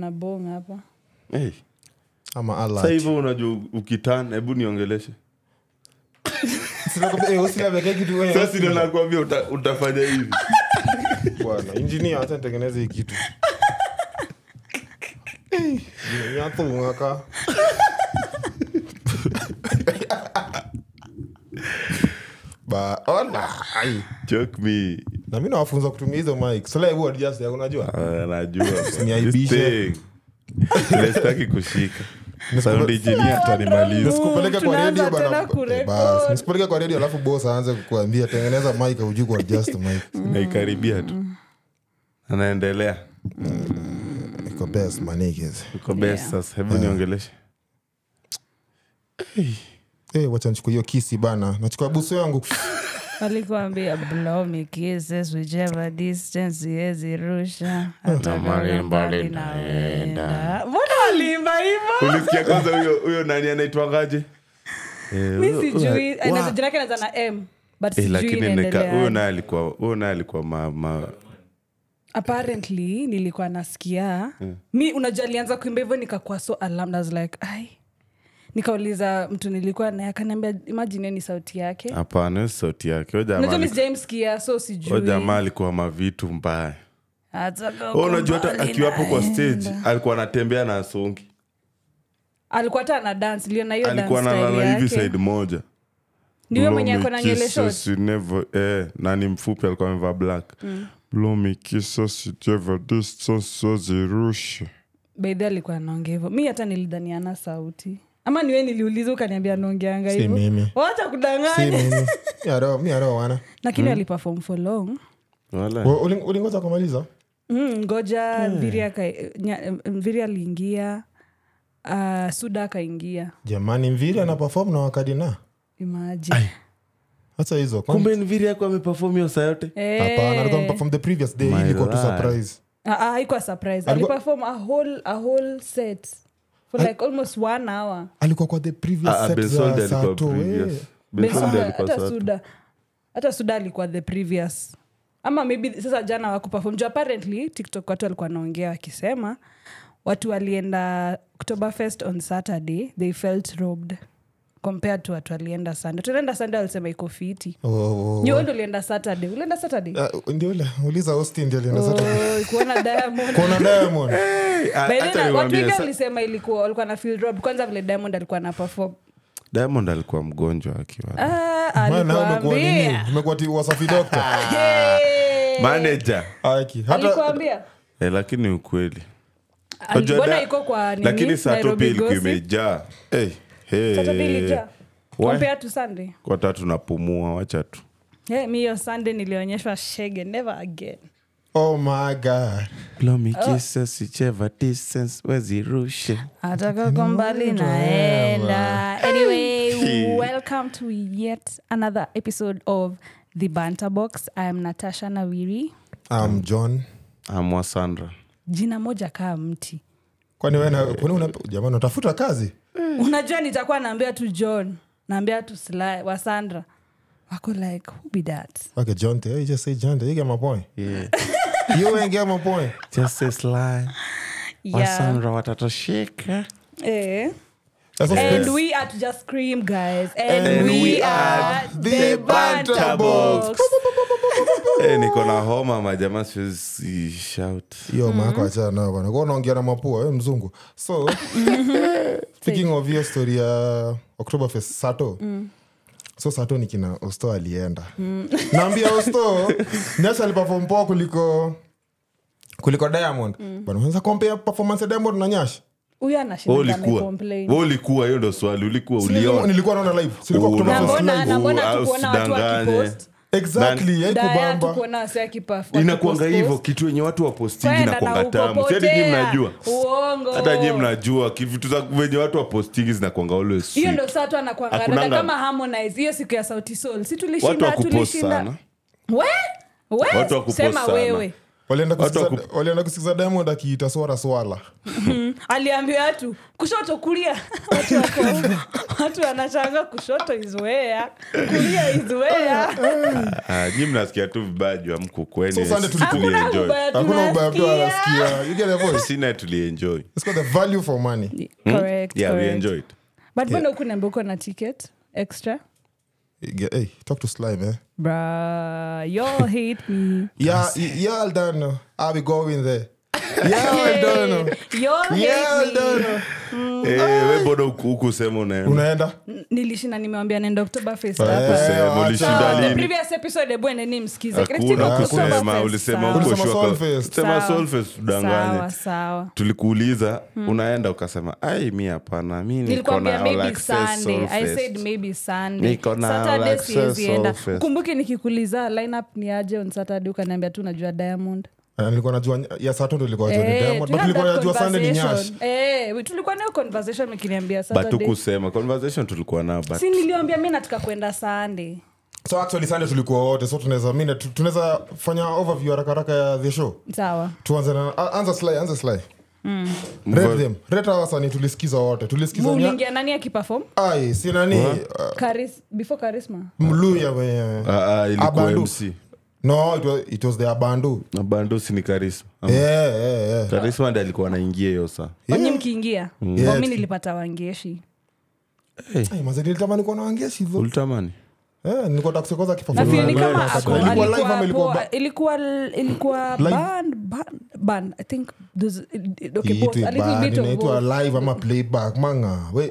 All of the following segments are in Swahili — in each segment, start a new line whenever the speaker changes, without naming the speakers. na bong hapa
Hey.
ama
sa hivyo unajua ukitan hebu niongeleshe
eh,
sasi ndio nakwambia uta, utafanya hivi
injinia acha nitengeneze hii kitu Eh, nyathung'aka Ba- ona, ai.
chok mi
na mi nawafunza kutumia hizo mic sala hebu adjust yako
Mm,
unajua
Ah, najua
Usiniaibishe.
This thing. Ile sitaki kushika sound engineer atanimaliza
nisikupeleke kwa
Tunaanza
redio bana
tena kurekod.
basi nisikupeleke kwa redio alafu bos aanze kukuambia tengeneza mic aujui kuadjust mic
naikaribia tu
Mm.
anaendelea
iko best manikes
uko best
Yeah.
sasa hebu niongeleshe
Hey, Eh, wacha nichukue hiyo kisi bana nachukua busu yangu
alikuambia blow me kisses whichever distance siwezi rusha hata kama
mahali mbali
mbali naenda mbona waliimba hivo
ulisikia kwanza huyo huyo nani anaitwangaje Eh,
mi
huyo-
sijui
huyo- wa-
Na jina yake naanza na m but
Eh,
sijui
lakini nika- huyo
inaendelea
naye alikuwa huyo naye alikuwa ma, ma,
apparently nilikuwa nasikia
Hmm.
mi unajua alianza kuimba hivyo nikakuwa so alarmed I was like ai nikauliza mtu nilikuwa naye akaniambia imagine hiyo ni sauti yake
hapana hiyo si sauti yake Huyo jamaa
unajua mi
alikuwa-
sijamsikia so
huyo
sijui
jamaa alikuwa mavitu mbaya
Hata kama
Oh, unajua
uko
hata
mbali
akiwapo kwa
naye.
stage alikuwa anatembea na asongi
alikuwa hata ana dance niliona hiyo
alikuwa
dance style
analala hivi
yake.
side moja
ndiyo
Blow
mwenye
me
ako na nyele short Mm.
kisses, you never- eh, na ni mfupi alikuwa amevaa black Blow me kisses, you never distance, wazirushe.
baidhi alikuwa anaongea hivyo mi hata nilidhaniana sauti ama niwe niliuliza ukaniambia naongeanga
Si mimi.
hivyo wacha
si
kudanganya
mimi Mi aroo- mi aroo wana
lakini
Hmm?
aliperform for long
Wala.
Wa- uli- ulingoja kumaliza
Mm, ngoja
Hmm.
Mviri aka- nya- mviri aliingia ah, suda akaingia
jamani mviri ana pefom na wakadi na
imaji
hasa hizo kwa-
kumbe nviri yako ameperform hiyo saa yote
Eh.
hapana alikuwa ameperform the previous day
My
ilikuwa tu
lie.
surprise
Ah, haikuwa surprise
Alikuwa-
aliperform a whole, a whole set for like almost one hour
alikuwa kwa the previous
Ah, ah,
set
Bensold
za saa
alikuwa
two,
previous.
eh.
Bensold
Bensold,
alikuwa
hata
saa two.
suda hata suda alikuwa the previous ama maybe sasa jana wakupafom juu apparently tiktok watu walikuwa wanaongea wakisema watu walienda oktoberfest on saturday they felt robbed compared to watu walienda sunday tulienda sunday walisema iko fiti
Oh, oh, oh.
nyowe ndo ulienda saturday ulienda saturday
Ah, ndio ule- uliza austin ndio alienda sasa.
Oh, kuona diamond
Kuna diamond
Hey, ah,
By the way,
acha
na- watu
niwaambie,
wengi
sa-
walisema ilikuwa walikuwa na feel robbed kwanza vile diamond alikuwa na perform
diamond alikuwa mgonjwa akiwa
ah,
Maana nawe umekuwa nini Ah.
alikuambia
umekuwa ti wasafi doctor
Hey!
manager
Ah.
Aki. hata
alikuambia
eh, lakini ukweli Unajua
alibona
da-
iko kwa nini?
lakini saa
Nairobi
topi ilikuwa
Gossip.
imejaa Eh, hey,
Sasa pili
hey.
ilijaa. Compare to Sunday.
kwa tatu napumua wacha tu
Eh, mi hiyo sunday nilionyeshwa shege never again
oh my god
Oh.
wezirushe
atakako
Mm,
mbali naenda anyway welcome to yet another episode of the banter box i am natasha nawiri
I'm john
amwa sandra
jina moja kaa mti
kwani wewe na- kwani una- jamani unatafuta kazi
Hmm.
unajua nitakuwa naambia tu john naambia tu Sly- wa sandra wako like who be that
okay john te you just say john te you get my point you ain't get my point
yeah.
watatosheka
eh.
That's what-
And we are to just scream, guys. And,
And
we,
we
are
are
the
the
banter,
Banter
box.
Box.
Eh, niko na homa majamaa siwezi si- shout
yo
Mm-hmm.
maako achana nayo bana kwa unaongea na mapua we mzungu so speaking of hiyo story ya oktoberfest sato
Mm.
so sato ni kina osto alienda naambia osto nyasha aliperform poa kuliko kuliko diamond
Mm.
bana unaweza compare performance ya diamond na nyash
huyu
Wewe
anashinda
ulikuwa
amecomplain.
Wewe ulikuwa hiyo ndo swali ulikuwa
Si nilikuwa-
uliona
nilikuwa naona live Si nilikuwa
Oh,
Na
no.
Oktoberfest
mbona-
live.
na mbona
Oh,
hatukuona watu
usidanganye.
wakipost?
exactly
Daya,
haikubamba
hatukuona wasi wakipa-
inakwanga
wakipost
hivyo
post.
kitu yenye watu wapostingi
Kwenda
na kwanga
na
tamu
upopotea.
siadi nyi mnajua
Uongo.
hata nyi mnajua ki- vitu za venye watu wapostingi zinakwanga always
hiyo
sweet.
ndo saa tu anakwanga
Hakunanga-
dada kama harmonize hiyo siku ya sauti sol si
watu
tulishinda
wakupost
tulishinda
sana
We? We?
Watu hakupost
sema
sana.
wewe
walienda
Watu
kusikiza-
waku-
walienda kusikiza diamond akiita swara swala
aliambia watu kushoto kulia watu wako watu wanachanga kushoto izuea kulia izuea
Ah, nyi mnasikia tu vibaya juu amku
So Sunday tulikuwa-
hakuna ubaya
hakuna ubaya mtu
tunasikia
anasikia you get a voice
sina tulienjoy
it's got the value for money
Correct,
yeah we
correct.
enjoyed
but mbona huku niambia uko na ticket extra
You get- hey talk to slime eh
Bruh, you hate me
yeah y- yeah I don't know I'll be going there yeah I don't know
you
yeah I
hate me
don't know
Mm.
Eh,
Ah.
we bodo huku sema unaenda
unaenda
nilishinda nimewambia naenda oktoba
Eh,
kusema
wacha.
ulishinda lini
previous episode ebweneni mskize
hakuna kusema ulisema huko
Ulisema
shua-
Solfest.
sema
Sawa.
Solfest,
sawa
tudanganye
sawa
tulikuuliza unaenda ukasema ai mi hapana mi niko
nilikwambia
na all
maybe
access
sunday i
Solfest."
said maybe sunday
Niko na
saturday
all access
siwezienda
all fest.
kumbuki nikikuliza lineup ni aje on saturday ukaniambia tu najua diamond
Ah, nilikuwa najua ya sato ndo ilikuwa najua ni
Eh,
diamond
we
but
had
nilikuwa
that
najua sande ni nyash
conversation. Eh, we- tulikuwa nayo conversation mkiniambia
but
saturday
hukusema conversation tulikuwa nao but
si niliwambia mi nataka kwenda sunday
so actually sande tulikuwa wote so tunaweza mine tu- tunaweza fanya overview haraka haraka ya the show
sawa
tuanze na a- anza sly anza sly
Mva-
red them red hawa sani tulisikiza wote tulisikiza nya
uliingia nani akiperform
ai si nani uh,
Charis, before charisma
mluya mwenye
Ah, ah, ilikuwa
Abandu.
mc
no it was, it was the abandu
na bando si ni karisma Ama-
yeah, yeah, yeah.
karisma ndi alikuwa anaingia hiyo saa
onyi mkiingia
Yeah.
omi nilipata wangeshi
Ai, mazee, nilitamani kuona wangeshi hivyo.
ulitamani
Eh, nilikuwa nataka kusikia kwanza akiperform.
nafili ni
Ilikuwa
kama ako-
live ama
ilikuwa live
alikuwa
ama ilikuwa
hapo-
ba-
ilikuwa ilikuwa
Live?
band band band i think those- okay, both,
Iitwe
a little
band,
bit of
inaitwa
both.
live ama playback manga We-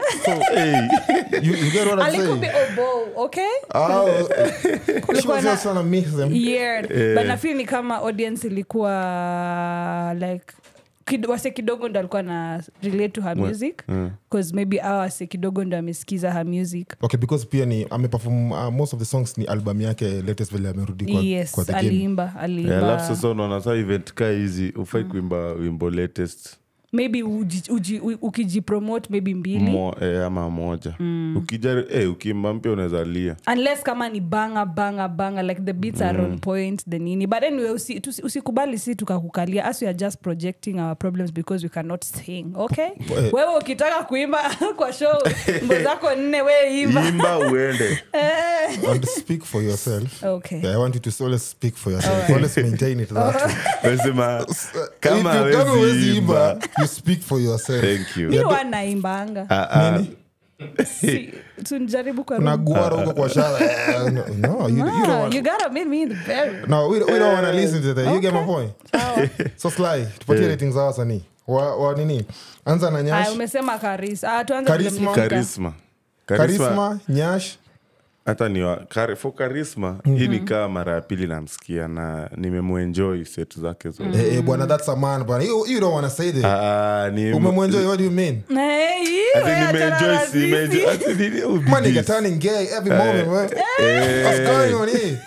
Eh,
you, you get what
A
I'm
little
saying?
bit of both, okay?
Ah, she
Kulikuwa
was
na-
just trying to mix them.
Yeah. But nafili ni kama audience ilikuwa like kid- wase kidogo ndo alikuwa na relate to her music bcause maybe awa wase kidogo ndo amesikiza her music
okay because pia ni ameperform uh, most of the songs ni album yake latest vile amerudi kwa, kwa
yes
the game
aliimba
alafu
aliimba
sasa unaona saa event kaa hizi ufai kuimba wimbo latest
maybe uji- uji- u- ukijipromote maybe mbili
mo, eh, ama moja ukija eh, ukiimba mpya unaweza lia
unless kama ni banga banga banga like the beats are
Mm.
on point the nini but anyway usi- tusi- usikubali si tukakukalia as we are just projecting our problems because we cannot sing okay
Eh.
wewe ukitaka kuimba kwa show mbo zako nne we imba
imba uende
and speak for yourself
okay
yeah, i want you to always speak for yourself always maintain it that way.
nasema
If
kama
you kama
hawezi
huwezi
imba
imba, you speak for yourself
thank you
mi wanaimbanga
Ah, ah,
Si- tunjaribu kwa room.
unaguara huko
Ah,
kwa shara Eh, no, no, you, you don't
Ah,
want
you Eh, gotta meet me in the very
no we, we don't want to listen to that you get my point so sly tupatie
Eh.
ratings za wasanii wa, wa nini anza na
Aya,
nyash
umesema karis Ah, tuanze
Charisma.
vile mlifika.
karisma karisma
karisma nyash
hata ni wa- kar- for karisma hii ni kaa mara ya pili namsikia na nimemuenjoy setu zake zote
Eh, eh, bwana that's a man bwana you, you don't want to say that
Ah, ni-
umemwenjoy what do you mean
Hey,
I think
wewe achana
nimeenjoy-
na sisi.
nimeenjoy- I think nini- oh,
Man, nigga
this. Eh,
turning gay every moment, man. What's going on here?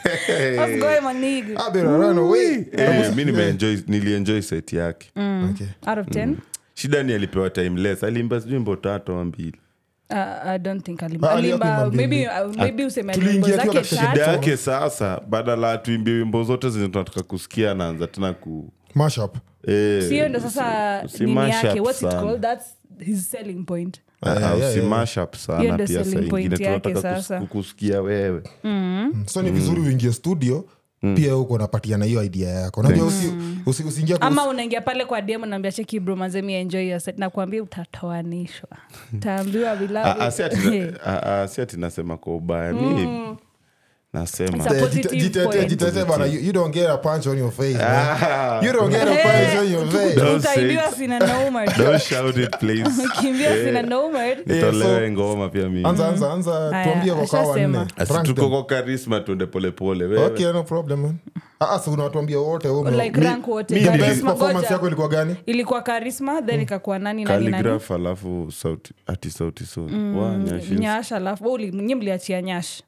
What's going on, nigga?
I've been run away.
Eh, mi nimeenjoy- nilienjoy set yake
Mm.
Okay.
Out of 10?
shida ni alipewa timeless aliimba sijui mbo tatu ama mbili
Uh, I don't think alimba.
Ah, aliimba
Alimba,
mbili.
maybe, uh, maybe useme
tuliingia
nyimbo
akiwa
zake
katika
tatu.
shida yake sasa badala atuimbie wimbo zote zenye tunataka kusikia anaanza tena ku
Mashup.
eh,
Sio ndo sasa
usi-
nini
mash
yake
up
what's it
sana.
called that's his selling point
Ah,
Yeah, yeah, yeah.
usimash up
Hiyo
sana
ndo
pia saa
selling point
ingine
yake
tunataka kus-
sasa.
kukusikia wewe
Mm, so ni vizuri uingie studio
Mm.
pia huko unapatia na hiyo idea yako najua usiingia usi, usiingia kwa-
ama unaingia pale kwa dm unaambia cheki bro mazemi enjoy your set nakuambia utatoanishwa taambiwa
Ah, ah,
vilabu
si ati- ah, ah, si ati nasema kwa ubaya
Mm.
mi nasema
Sasa-
Eh,
positive
jitete-
point.
jitete bana, you- you don't get a punch on your face, man.
Ah,
You don't get a punch on your face.
Don't
utaidiwa
say-
sina noma
don't shout it, please. Eh.
kimbia
Eh.
sina eh. noma
nitolewe ngoma pia mimi
anza anza anza
Mm-hmm. Aya,
tuambie kwa kawa
ashasema.
nne
Asi
Rank
tuko
them.
kwa karisma tuende polepole wewe.
okay no problem man ah ah, so unawatuambia wote wewe ume-
like
mi-
rank wote
the best
Charisma,
performance
ngoja.
yako Hmm. ilikuwa gani
ilikuwa karisma then ikakuwa nani nani nani
Calligraph alafu sauti ati sauti sol Wa, nyashinsi.
nyash alafu oh, uli- nyi mliachia nyash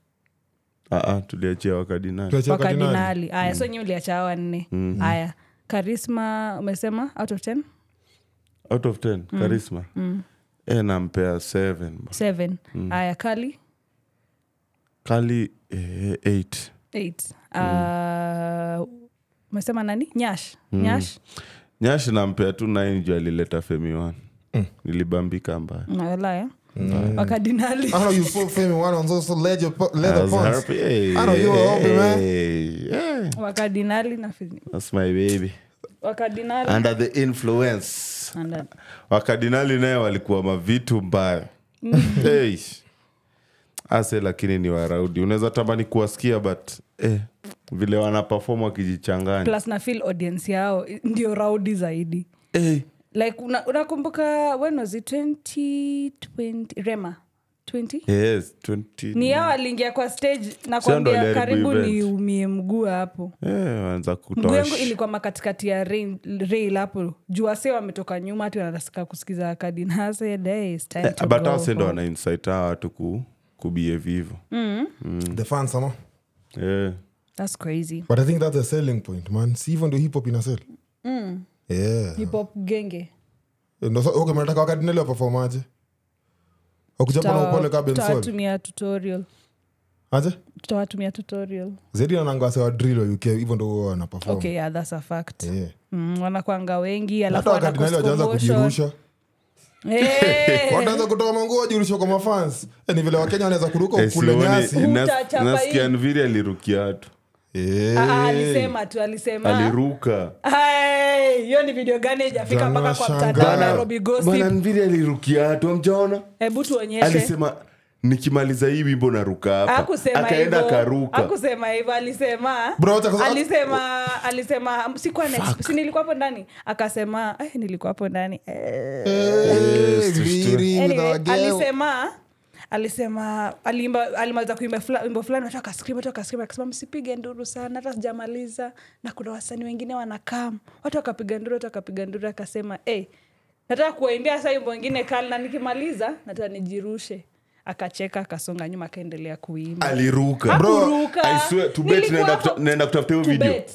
Ah, ah, tuliachia wakadinali
Tuachie kwa Kardinali.
wakadinali aya so nyi mliacha awa nne aya karisma umesema out of 10
out of 10 karisma e nampea 7
7 aya kali
eh, kali 8
8 uh, umesema nani nyash nyash
nyashi nampea tu naini juu alileta femiwan
Mm.
nilibambika mbaya
Mm, nawelaya wakadinali
I know Ah, you so famous. One on those leather po- leather
I was
pants.
happy. Hey,
I know you were happy, man.
hey, yeah.
wakadinali na Fini-
That's my baby.
wakadinali
Under the influence.
Anda-
wakadinali naye walikuwa mavitu mbaya
Mm-hmm.
hey. ase lakini ni waraudi unaweza tamani kuwasikia but eh, vile wanapafom wakijichanganya
plus na feel audience yao ndio raudi zaidi
hey.
like una- unakumbuka when was it 2020 rema 20
yes, 20.
ni yao aliingia kwa stage na
Sio ndo
kwambia
aliharibu
karibu
event.
niumie mguu hapo
Eh, waanza
mguu yangu
kutosh
ilikuwa makatikati ya rail rail hapo juu wase wametoka nyuma hati wanataka kusikiza
Eh, but hao si ndo
kadinhasedaisbutawasendo
wanainsit hawa watu ku, kubehave hivo
Mm.
The fans, ama.
Eh,
thats crazy
But I think that's a selling point, man. See, even the hip hop in a sell.
Mm.
Yeah.
hip hop genge
Ndo sa- okay, mnataka wakadinali waperform aje? Wakujapa na upole ka Ben Sol.
tutawatumia tutorial
Aje?
tutawatumia tutorial
Zaidi wananga wase wa drill wa UK, even though wao wanaperform.
okay yeah that's a fact
Oh. Yeah.
mm, wanakwanga wengi alafu
Hata wakadinali wajaanza
wanakuskomotion
kujirusha.
Eh.
Wataanza kutoa manguo wajirushe kwa mafans. Eh, ni vile Wakenya wanaweza kuruka
eh,
ukule
sioni-
Mm.
nyasi.
nas-
Utachapa
nasikia
hii.
nviri alirukia watu
Ah,
Eh.
alisema tu alisema
aliruka
Hey, hiyo ni video gani ijafika mpaka kwa
Tunashangaa.
mtandao nairobi
Ah, Bwana
gossip
nviri alirukia watu amjaona
hebu tuonyeshe
alisema nikimaliza hii wimbo naruka hapa
akusema
akaenda
hivyo
akaruka
akusema hivyo alisema
Bro, wacha kwanza-
alisema alisema sikuwa na- si nilikuwa hapo ndani akasema eh, nilikuwa hapo ndani eh.
Eh,
tushtue.
viri with
Anyway,
our girl.
alisema alisema alimba alimaliza kuimba fula- wimbo fulani watu akaskrima watu akaskrima akasema msipige nduru sana hata sijamaliza na kuna wasanii wengine wanakam watu akapiga nduru watu akapiga nduru akasema hey, nataka kuwaimbia sasa wimbo wengine kali na nikimaliza nataka nijirushe akacheka akasonga nyuma akaendelea kuimba
aliruka
Bro,
Hakuruka.
I swear, to bet
Nilikuwa
naenda
hapo-
kuta- naenda kutafuta hiyo
to
video.
bet.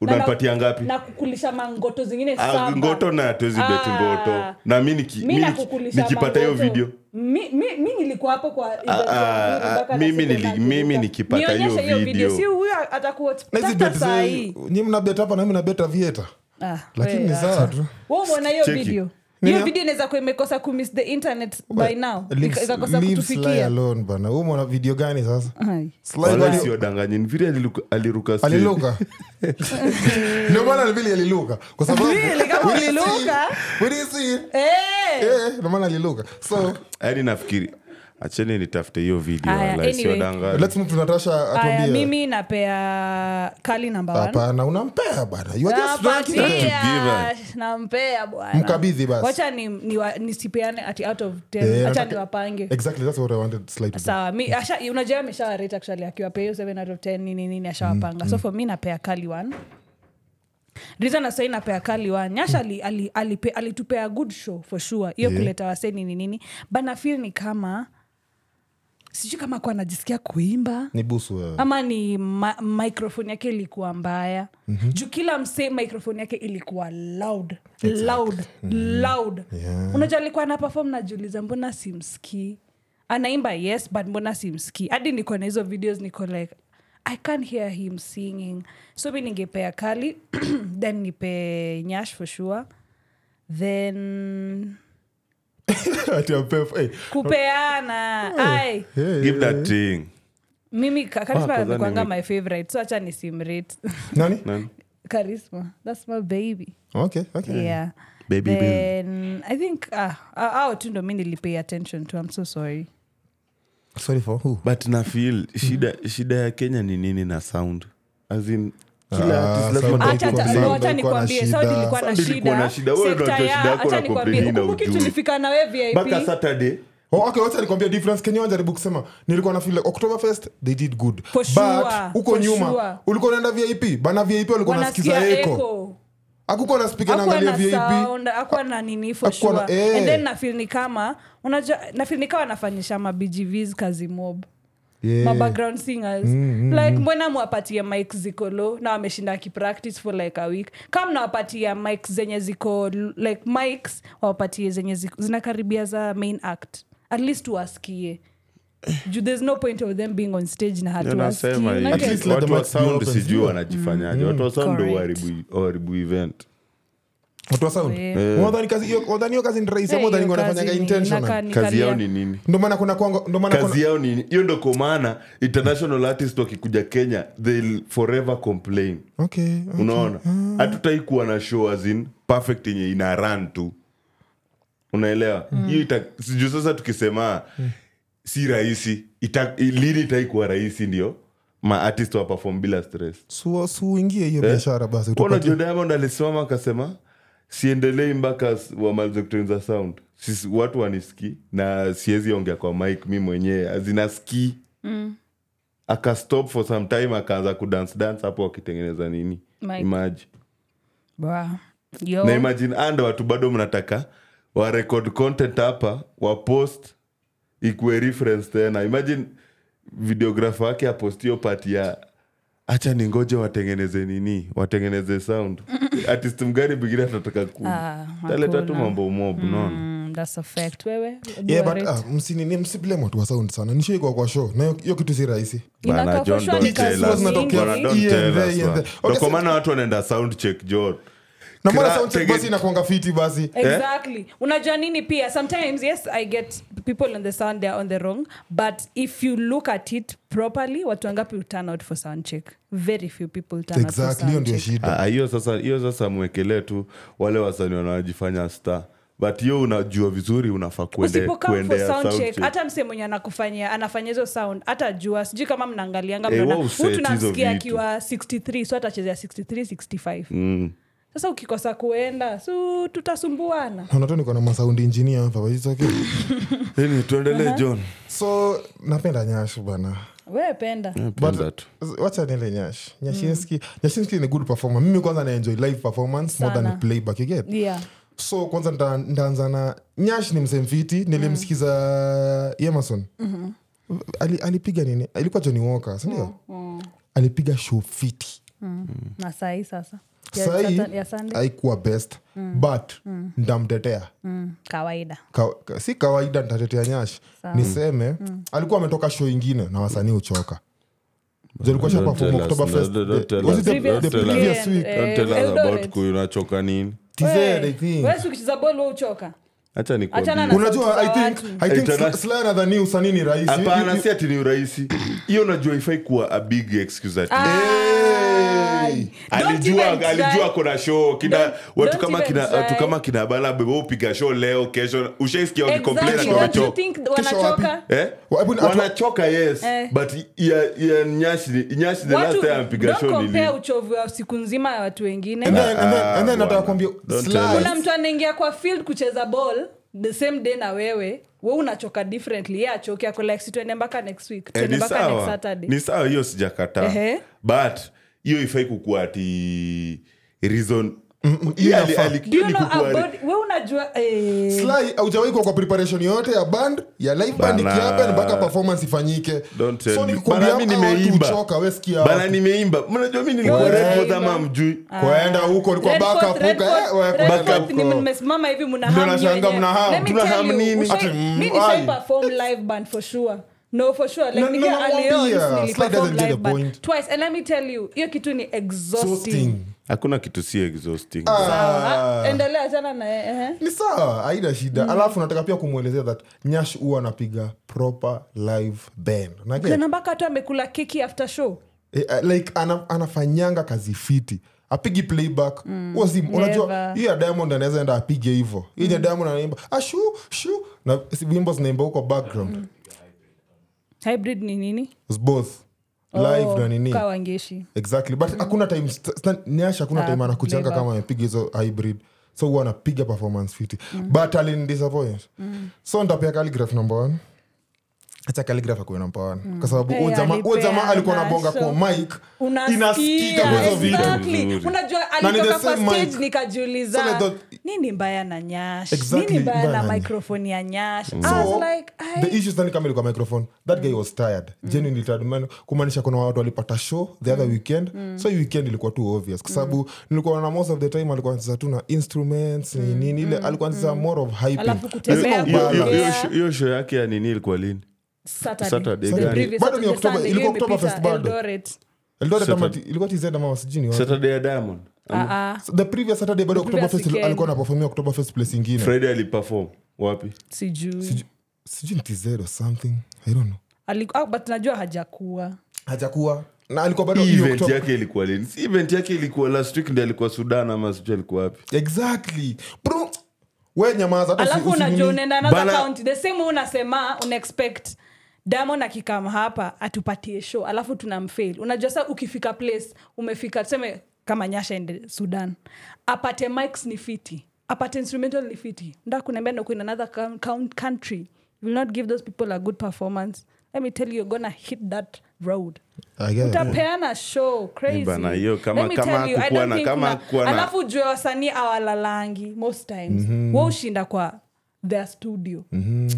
Unanipatia
Na-
ngapi?
na kukulisha mangoto zingine
Ah,
saba.
ngoto na tuwezi bet
Ah.
ngoto na mi niki-
Mi
mi niki-
nakukulisha
nikipata hiyo
mangoto.
video
mi, mi, mi nilikuwa hapo kwa event
Ah, ah,
ya Rebecca
ah,
na
mimi
Siko
nili-
na
mimi
Angelica.
nikipata hiyo
Nionyeshe
video.
si huyo
Na hizi bet
atakuwatata
za-
sahii
nyi mnabet hapa na mi nabet avieta
Ah,
lakini ni sawa tu
umona hiyo
Cheki.
video
Nini
hiyo
ya-
video inaweza kuwa imekosa kumiss the internet by now
Leave-
Ika- ikakosa
leave Sly
kutufikia Mm.
alone bana Huyu mwana video gani sasa
Ai.
Sly
wala
bado-
siwadanganyi nviri aliruka- aliruka straight.
aliluka ndio maana vili aliluka kwa sababu
Vili, kama
We didn't see-
uliluka.
we didn't see it.
Eh!
Eh, ndio maana aliluka so
yaani nafikiri acheni nitafute hiyo video
Aya,
wala,
anyway.
siwadanganyi.
let's move to Natasha
Aya,
atuambie
mimi napea kali namba one.
hapana unampea bana you are just
Napatia,
ranking them.
nampea bwana.
Mkabidhi basi.
wacha ni- niwa- nisipeane ati out of
Eh,
ten wacha
nataka-
niwapange
exactly that's what i wanted Sly to do
sawa mi- asha- unajua ameshawarate actually akiwapea hiyo 7 out of 10 nini nini ashawapanga so for mi napea kali one reason asai napea kali one nyasha ali, ali, alipe, alitupea good show for sure hiyo
Yeah.
kuleta wasee nini nini but nafeel ni kama sijui kama kuwa anajisikia kuimba
ni busu uh, wewe.
Mm-hmm. ama ni ma- microphone yake ilikuwa mbaya mm-hmm. juu kila msee microphone yake ilikuwa loud loud loud
Yeah.
unajua alikuwa na perform najiuliza mbona simskii anaimba yes but mbona simskii hadi niko na hizo videos niko like i can hear him singing so mi ningepea kali then nipe nyash for sure then
Ati ampea- eh,
kupeana ai
Give that thing.
mimi ka- karisma
Ah, kwanza
anakuanga
nime-
my favorite so acha nisimrate
nani
Nani?
charisma that's my baby
okay okay
yeah
Baby Bill.
then i think ah, ah, au tu ndo mi nilipay attention to i'm so sorry
sorry for who
but nafil shida, shida ya kenya ni nini na sound As in, kila
Ah,
artist lazima
sound
na
Acha-
ilikuwa-
acha-
complain.
no,
sound
acha
ilikuwa na
nikwambie
shida.
saudi ilikuwa na
Sound ilikuwa na
shida
shida. Wewe ndio
sekta
unajua shida
ya
yako
acha
na
nikwambie
comprehend na
ukumbuki
ujui.
tulifika na we
mpaka
vip
saturday
Oh, okay, wacha nikwambia difference kenya wanjaribu kusema nilikuwa na feel like oktoberfest they did good
For sure,
but huko
for
nyuma
sure.
ulikuwa unaenda vip bana vip walikuwa
wanasikia
nasikiza eko
echo
akukuwa na spika
akuwa
naangalia
na
vip
sound akuwa na nini for
Hakuwa na-
sure
eh.
and then nafil ni kama unajua nafil ni kama anafanyisha mabgvs kazi mob
Yeah. Mm,
ma background singers like mbona mwapatie mik zikolo na wameshinda akipractice for like a week kama mnawapatia mik zenye ziko l- like mics wawapatie zenye ziko, zinakaribia za main act at least wasikie juu there's no point of them being on stage na
Ndio nasema hii.
At
hatuwaskii
least let
watu
the
wa
mics be
sound
open,
sijui
sio?
wanajifanyaje watu wa sound ndio
Correct.
waharibu- waharibu event
watu wa sound
Eh.
Unadhani kazi hiyo- unadhani hiyo kazi ni rahisi ama unadhani wanafanyanga intentional
kazi yao ni nini
ndio maana kuna kwanga ndio maana kuna
kazi yao ni hiyo ndo kwa maana international artist wakikuja kenya they'll forever complain
okay
unaona
Mm.
hatutai kuwa na show as in perfect yenye ina run tu unaelewa hiyo ita- sijuu sasa tukisema si rahisi ita- lini itaikuwa rahisi ndio maartist wapafom bila stress
su su uingie hiyo biashara basi
kona
utapata
jo diamond alisimama akasema siendelei mpaka s- wamalize kutengeneza sound Sisi, watu waniski na siwezi ongea kwa mik mi mwenyewe azinaski mm. akastop for some time akaanza kudance dance hapo wakitengeneza nini
Mic.
imaji
Oh.
na imagine and watu bado mnataka warekod content hapa wapost ikue reference tena imagine videographer wake apostio pati ya hacha ni ngoje watengeneze nini watengeneze sound artist mgani bingine atataka ku
Ah,
taleta tu
hakuna.
mambo mob unaona
Mm, that's a fact. Wewe,
yeah
Duare.
but ah, msini ni msiblame watu wa sound sana nishaikwa kwa show na hiyo- hiyo kitu si rahisi
Inakaa
Bana,
kwa
John,
shua ni
don't
kazi
tell us.
nyingi.
Inatokea
Bana, don't
here and
tell
there,
us,
here and
bana.
there.
Ndo
Okay,
kwa
so-
maana watu wanaenda sound check John.
na mbona
Kila-
sound check
tege-
basi inakuanga fiti basi
exactly unajua nini pia sometimes yes i get people on the sound they're on the wrong but if you look at it properly watu wangapi will turn out for sound check very few people turn out for
exactly hiyo
sound
ndio
check.
shida
Ah, hiyo sasa hiyo sasa mwekelee tu wale wasanii wanajifanya star but hiyo unajua vizuri unafaa kuende-
usipokam for
kuendea
sound
sound
check
check.
hata mse mwenye anakufanyia anafanya hizo sound hata jua sijui kama mnaangalianga
Eh,
mnaona,
wao
huyu
huset hizo vitu."
tunamsikia akiwa 63 so atachezea 63 65 sasa ukikosa kuenda so tutasumbuana
unatoa niko na masound engineer hapa it's okay
Anyway, tuendelee
Uh-huh.
john
so napenda nyash bana
wewe penda
Napenda tu.
wacha nile nyash nyashinski nyashinski ni good performer mimi kwanza naenjoy live performance more
Mm. Sana. Mm.
than playback you get
yeah
so kwanza nda- ndaanza na nyash ni msemfiti nilimsikiza
Mm.
yemason
Mm-hmm.
Ali, alipiga nini ilikuwa joni woka
Mm.
sindio alipiga show fiti
na sahii sasa Ya
sahii
Saturday- ya Sunday?
haikuwa best but ndamtetea
Mm, kawaida
Ka- ka- si kawaida ntatetea nyash
Mm.
niseme alikuwa ametoka show ingine na wasanii huchoka zilikuwa
Don't
shapa
tell us,
Oktoberfest
no, don't tell
Was
us,
it the-
don't
the
tell us.
previous week?
Eh,
Don't tell us
Eldoret.
about kunachoka nini
Tized, I
Wewe,
think.
wewe si ukicheza ball wewe uchoka
hacha
Achana na-
unajua i think, I think
Internet-
Sl- Slaa na dhani usanii ni rahisi You- you-
hapana si ati ni urahisi hiyo najua ifai kuwa a big excuse ati
Ai, Ah. don't
alijua
even try.
alijua kuna show kina
Don't-
watu
don't
kama
even
kina
try.
watu kama kina balabe wewe upiga show leo kesho ushaisikia wakicomplain
Exactly,
ati
don't you think
wamechoka
Kesho wapi?
wanachoka
Eh?
Wa- hebu ni-
wanachoka yes
Eh.
but ya, ya nyashi nyashi the last
Watu-
time ampiga
don't
show
compare
nili
uchovu wa siku nzima ya watu wengine
And then- and then-
Ah,
and then nataka
bwana.
kuambia
Don't
Slaa-
tell
kuna mtu anaingia kwa field kucheza ball the same day na wewe we unachoka differently ye achoki ako like si tuende mpaka next week
Eh,
tuende
ni
mpaka next
sawa
saturday
ni sawa hiyo sijakataa
Ehe.
but hiyo ifai kukuwa ati reason
hiyo
Hiyo ali-
Mm, inafaa.
ali-
Do you
ni
know
kukuwa-
about- we unajua eh,
Sly, haujawahi kuwa kwa preparation yoyote ya band ya live band
Bana.
ikihappen mpaka performance ifanyike
Don't tell
so
me.
nikikuambia
Bana, mi
hawa watu
nimeimba.
huchoka, we sikia
Bana,
hapo.
nimeimba mnajua mi nilikuwa
Wewe
Red Fourth
unaimba.
ama mjui
Ah.
kwaenda huko ni kwa
Red
backup
Fort,
huko,
Red Fort,
eh, we-
Red
backup
Fort ni
huko.
mmesimama hivi mna
Ndio
hamu
nashangaa
yenyewe.
mna hamu.
Let me
Tuna
tell
hamu
you,
nini?
ushai-
Ati, mm,
mi
why?
nishai perform live band for sure no for sure like
No, no,
nikiwa
no,
Allianz,
nawaambia,
niliperform
Slide doesn't get
live
the
band
point.
twice and let me tell you hiyo kitu ni
Exhausting.
exhausting
hakuna kitu si exhausting
Ah,
Sawa, endelea tena na yeye, ehe.
ni sawa aida shida
Mm.
alafu nataka pia kumwelezea that nyash huwa anapiga proper live band Na get?
Kuna mpaka tu amekula keki after show
Eh, eh, like ana, anafanyanga kazi fiti apigi playback Huo si- unajua
Mm, never. Mm.
hiyo ya diamond anaweza enda apige hivo hiyo ya diamond anaimba ashu shu na si- wimbo zinaimba huko background
hybrid ni nini
It's both live
Oh,
na nini
kaa wangeshi
exactly but hakuna time st- st- nyash hakuna
Ah,
time anakuchanga
playback.
kama amepiga hizo hybrid so huwa anapiga performance fiti
Mm.
but alinidisappoint so ntapea calligraph number one acha calligraph akuwe number one kwa sababu
Mm. Hey,
huyo jamaa huyo
alipea
jamaa alikuwa nabonga
nasho.
kwa mic
unasikia
kwa hizo vitu.
exactly.
Vizuri.
unajua
Na ni the
alitoka kwa
same
stage
mic.
nikajiuliza
So I thought-
nini mbaya na nyash
Exactly,
nini mbaya
mbaya
na
na-
microphone ya nyash I Mm.
so
was like, "Ai,
the issue sani kama ilikuwa microphone that guy was tired genuinely tired man kumaanisha kuna watu walipata show the
Mm.
other weekend so hii weekend ilikuwa too obvious kwa sababu nilikuwa na most of the time alikuwa anacheza tu na instruments ni nini ile alikuwa anacheza more of hyping
Mm. Alafu kutembea
Lazima
Hiyo- hiyo-
kuongea.
ubalance.
hiyo- hiyo show yake ya nini ilikuwa lini
Saturday.
Saturday
The
gani?
previous
Bado ni
Saturday,
October-
Sunday,
ilikuwa
hiyo
October
imepita
first bado.
Eldoret.
eldoret ama
Saturday.
ilikuwa tz ama wasijini wapi?
saturday ya diamond Ama-
Ah, ah,
So the previous saturday bado
The previous
oktoberfest
weekend.
alikuwa anapefomia oktoberfest place ingine
friday aliperform wapi
sijui
sijui ni tz or something i don't know
Aliku- ah, but najua hajakuwa
hajakuwa na alikuwa bado
Hii
hiyo
event
Oktober-
yake ilikuwa lini Si event yake ilikuwa last week ndi alikuwa sudan ama sijui alikuwa wapi
exactly bro we nyamaza hata usi-
alafu
usi-
unajua
nini.
unaenda another
Bana-
county the same way unasema unaexpect damon akikama hapa atupatie show alafu tunamfail unajua sa ukifika place umefika tuseme kama nyasha ende sudan apate mics ni fiti apate instrumental ni fiti nda kunaambia na kuin another coun- coun- country you will not give those people a good performance let me tell you you're gonna hit that road
I get it.
utapeana show crazy.
Eh, bana, hiyo kama-
Let me
kama
tell you, I
hakukuwa
don't
na-
think
kama
kuna-
hakukuwa na-
alafu jue wasanii awalalangi most times
Mhm.
Wao hushinda kwa their studio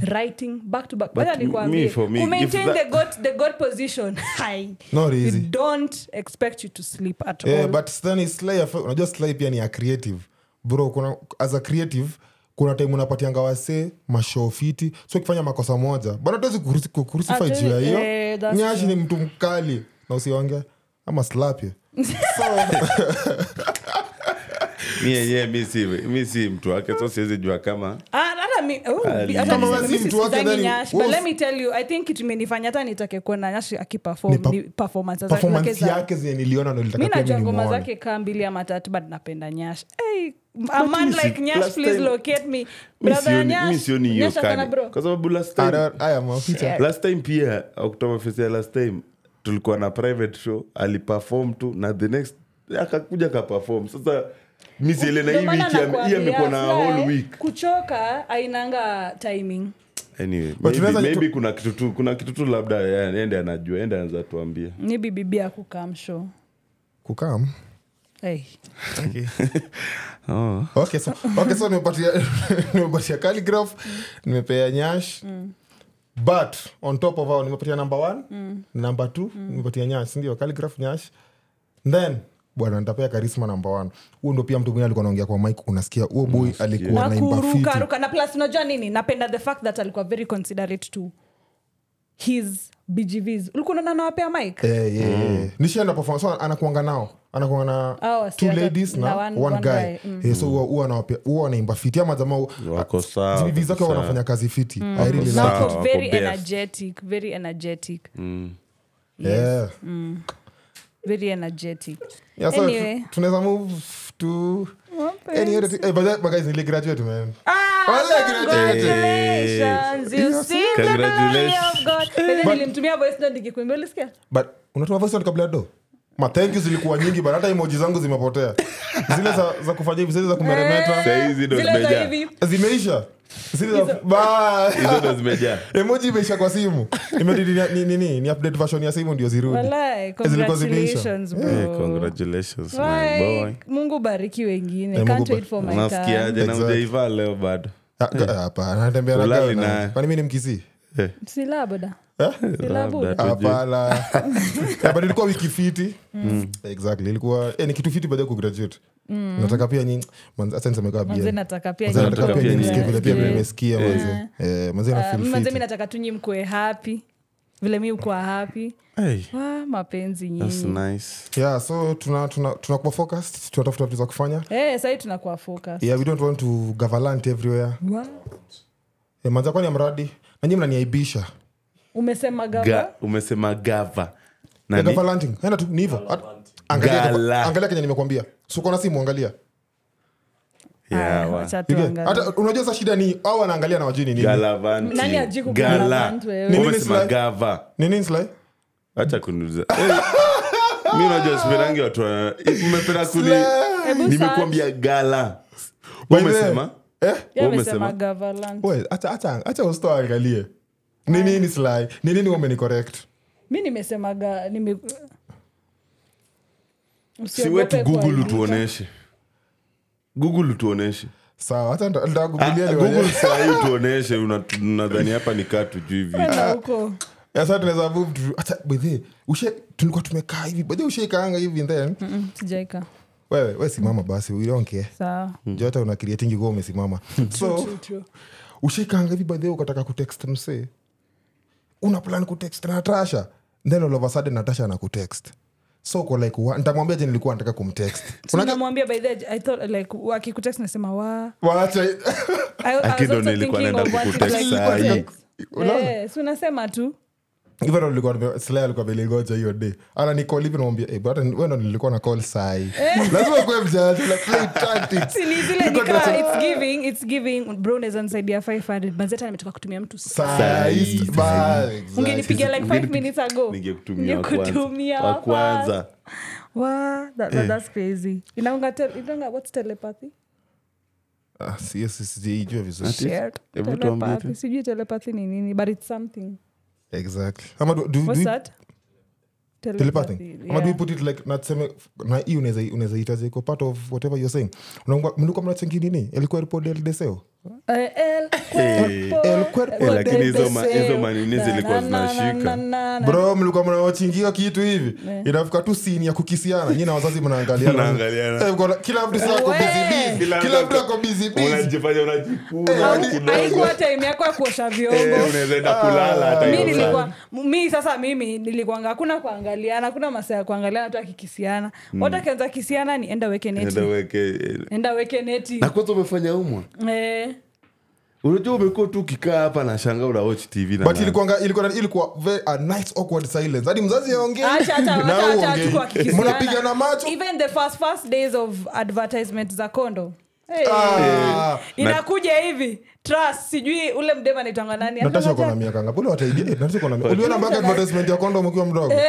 writing back to back
But
Wacha
me-
nikuambie,
me, for me,
kumaintain
if
the
that-
god- the god position hai,
Not
we
easy.
don't expect you to sleep at
Eh,
all.
but sidhani Sly afa- unajua sly pia ni ya creative bro kuna as a creative kuna time unapatianga wase mashoo fiti so ukifanya makosa moja bana tuwezi kukurusify
Hatuwezi-
juu ya
eh,
hiyo
that's
nyashi ni
true.
mtu mkali na usionge ama slap you.
mi yenyewe mi si, mi si mtu wake so siwezi jua kama
Ah, hata mi- oh,
Ali.
hata
Kama
mimi
wewe si mtu wake,
sisikizangi
then
Nyash,
wewe
but
us-
let me tell you, I think kitu imenifanya hata nitake kuona nyashi akiperform
Ni pa-
ni performance zake- zake
performance
za-
yake zenye niliona ndo
mi
nilitaka pia
najua
mi
ngoma
nimuone.
zake kaa mbili ama tatu but napenda nyash hey, a man
mi si-
like nyash
last
please
time-
locate me
mi
Brother
sioni-
Nyash,
mi sioni hiyo
Nyash ako na
kani
bro.
kwa sababu last
I
time,
don't- I am a feature.
last time pia oktoberfest ya last time tulikuwa na private show aliperform tu na the next akakuja akaperform sasa mi siele na hii
Ndio maana
wiki ame- hii
nakuambia, eh?
amekuwa na whole
Fly,
week
kuchoka ainanga timing
anyway
tunaweza-
maybe, maybe kuna kitu tu kuna kitu tu labda yeye- ende anajua ende anaweza tuambia
ni bibibi akukamsho
Kukam.
hey.
oh.
okay so, okay, so nimepatia nimepatia calligraph nimepea nyash but on top of ao nimepatia number one number two nimepatia nyash sindio calligraph nyash then bwana nitapea karisma number one huo ndo pia mtu mwingine alikuwa anaongea kwa mik unasikia huo boy alikuwa
na
naimba fiti
kurukaruka na plus unajua nini napenda the fact that alikuwa very considerate to his bgvs ulikuwa unaona nawapea mike
Eh, yeah, yeah.
Mm.
nishaenda perform- so anakuanga nao anakuanga na
Ah, wasi-
two
ata-
ladies Oh, na, one, guy, Eh, so huwa- huwa anawapea- huwa anaimba fiti ama jamaa
Wako sawa,
zivivi zake
wako sawa.
wanafanya kazi fiti I really
na
like
Sawa,
wako
wako
very
best.
energetic very energetic
Mm.
it. Yeah.
very energetic
Yeah, so
Anyway.
tu- tunaweza move to any other thing. Eh, but that- but guys, niligraduate, man. Well, I graduated.
Ah, Congratulations, you see the glory of
Congratulations.
God. But then nilimtumia voice note nikikuimbia, ulisikia?
But unatuma voice note kabla ya do ma thank you zilikuwa nyingi but hata emoji zangu zimepotea zile za, za kufanya hivi zile za kumeremeta
Saa hizi ndo
Eh, Zile za
zimejaa.
hivi.
zimeisha zile za Bye.
hizo ndo zimejaa
emoji imeisha kwa simu imedidi ni, ni, ni, ni update version ya simu ndio zirudi
Walai,
Zilikuwa zimeisha.
congratulations,
Eh,
bro.
congratulations my boy
Walai, mungu bariki wengine
Eh, Mungu
Can't
ba-
wait for Oh my turn.
unasikiaje na
Exactly.
ujaivaa leo bado
Ah, ah, hapa anatembea na
Ulali
gawa na-
naye.
kwani mi ni mkisii
Sila boda.
Eh?
Sila boda.
Tujui.
hapana Yeah, but ilikuwa wiki fiti
Mm.
Mm. exactly ilikuwa eh, ni kitu fiti baada ya kugraduate nataka pia nyi- manze- acha nisemekaa pia.
Mm. Manze nataka pia
Manze, nataka
Nataka
pia
pia
nimsikie vile pia
nisikie.
nimesikia manze. Eh, manze na feel
Uh, manze
fiti.
mi nataka tunyi mkue happy vile mi ukwa happy
hey,
Wa, mapenzi
that's
nyinyi
nice
yeah so tuna- tuna- tunakuwa focused tunatafuta vitu za kufanya
Eh, sahii tunakuwa focused.
yeah we don't want to gavalant everywhere
Wa,
eh, manze kwani ya mradi nanyi mnaniaibisha
umesema
Ga,
gava
umesema gava
Ya
Nani?
gavalanting enda Eh, tu ni hivo At- angalia gava-
Gala.
angalia kenye nimekwambia sukona simu angalia
Yeah, wa.
You get? hata unajua sa shida ni au anaangalia na wajui ni nini
Galavanti.
Nani ajui kukula
Gala.
galavant wewe?
Nini
umesema
slide?
gava
Ni nini Sly?
hacha kuniuliza Eh, mi najua siperangi watu wa- umependa kuni
Hebu
nimekuambia gala
By the way,
umesema
eh?
umesema
Wewe umesema?
gavalant
Well, acha- acha- acha usto angalie ni nini Sly? ni nini umeni correct
mi nimesemaga nime...
si wetu google utuoneshe google utuoneshe
sawa hata nita-
Ah,
nitagugulia nione.
google sahii utuoneshe una- nadhani hapa ni kaa tujui hivi
huko
Ya, sasa tunaweza move to- acha bedhe ushe tulikuwa tumekaa hivi bedhe ushaikaanga hivi then
Mm, sijaika
wewe we simama basi uionke
sawa
njo hata una creating kuwa umesimama so
True, true.
ushaikaanga hivi bedhe ukataka kutext msee una plan kutext natasha then all of a sudden natasha anakutext so uko like "What?" nitamwambia je nilikuwa nataka kumtext Unajua-
namwambia by the I thought like wakikutext nasema wa
Waacha-
I- I was
Aki ndo
also
nilikuwa
thinking
naenda
of what
kukutext
like
saa hii.
text.
Unaona?
Eh, si unasema tu
Hivyo ndo nilikuwa nime- Slay alikuwa amenigoja hiyo day ana nikol hivi namwambia "Eh, brother, wewe ndo nilikuwa na call sai lazima kuwe mjanja like, play tactics.
Eh. Si ni zile
Nilikuwa
nikaa,
tunasema,
it's giving, it's giving, bro, unaweza nisaidia 500 mazeta nimetoka kutumia mtu saa.
"Sai,
Sai,
bye."
ungenipigia like five
Ungenipigia-
minutes ago
ningekutumia wa kwanza.
Ningekutumia
Wa
wa
kwanza.
Wow, that,
Eh.
that, that's crazy. Inaunga tel- inaunga- what's telepathy?
Ah, si- si- sijaijua vizuri.
Ati-
Shared.
hebu tuambie
Telepathy.
tu.
sijui telepathy ni nini but it's something
Exactly. Ama do- do-
what's
do-
that
telepathy ama do you
yeah.
put it like na tuseme na hii unaweza unaweza itaje iko part of whatever you're saying unaongwa mlikuwa mnachengi nini ilikuwa report del deseo
Eh, El Cuerpo,
Eh, El Cuerpo
El
Eh, lakini hizo ma-
Deseo.
hizo manini
Na,
zilikuwa
na, na, na,
zinashika.
na, na.
bro mlikuwa mnaochingia kitu hivi
Eh.
inafika tu sini ya kukisiana nyi na wazazi mnaangaliana.
Mnaangaliana.
Eh, mko- kila mtu saa ako
We.
busy busy.
Kila
kila
mtu
mtu ako busy busy
unajifanya unajikuna
Au-
kidogo.
haikuwa time yako ya kuosha vyombo
Eh, unaweza enda kulala hata
Eh,
mi
hiyo saa.
nilikuwa mi sasa mimi nilikuanga hakuna kuangaliana kuna masaa ya kuangaliana tu akikisiana watu akianza kisiana ni enda weke
Mm. Enda
neti
uweke- eh,
enda weke neti
na kwanza umefanya umwa
Eh,
unajua umekuwa tu ukikaa hapa na shanga unawatch tv na
but
nani.
ilikuwa ilikuwa ilikuwa very, a nice awkward silence hadi mzazi aongee
acha, acha, acha,
na
acha,
aongee
tuko akikisiana.
mnapigana macho
even the first first days of advertisement za kondo Hey.
Ah.
inakuja hivi trust sijui ule mdema anaitwanga nani
natasha
Anaitwa
kona
Jack.
miaka ngapi ule wataidia eh, natasha kona miaka uliona mpaka advertisement ya kondo ukiwa mdogo
Eh,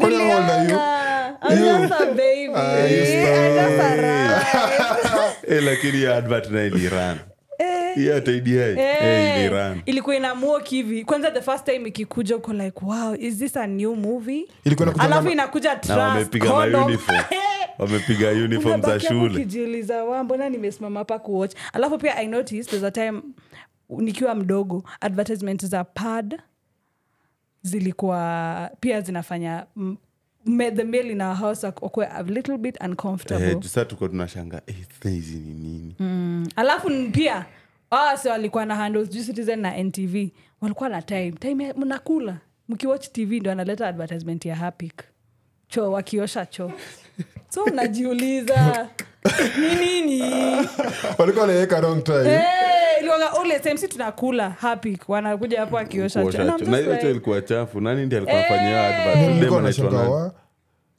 Kwani how old are you? Ah,
niliona. I'm just a baby. I'm just a rat.
Eh, lakini hiyo advert nayo ilirun. Hiyo hata IDI, eh,
Eh,
ilirun.
ilikuwa inamwok hivi kwanza the first time ikikuja uko like wow is this a new movie
ilikuwa inakuja
alafu
na-
inakuja
na
trust,
wamepiga
condom.
mauniform wamepiga uniform za
Unabaki hapo
shule
ukijiuliza, wa mbona nimesimama hapa kuwatch alafu pia i noticed there's a time nikiwa mdogo advertisement za pad zilikuwa pia zinafanya m- me- the male in our house ak- akue a little bit uncomfortable
Eh, sasa tuko tunashanga eh, sasa hizi ni nini
Mm. alafu n- pia ah, si walikuwa na handles juu citizen na ntv walikuwa na time time ya- mnakula mkiwatch tv ndo analeta advertisement ya hapic choo wakiosha choo so unajiuliza ni nini
walikuwa wanaweka wrong time
Eh, iliwanga ule time si tunakula hapic wanakuja hapo akiosha choo And I'm
Kuosha cho-
just
na hiyo cho
like,
ilikuwa chafu nani ndi alikuwa afanya hiyo advert?
Mimi nilikuwa
Dem
nashangaa,
anaitwa nani?
wa-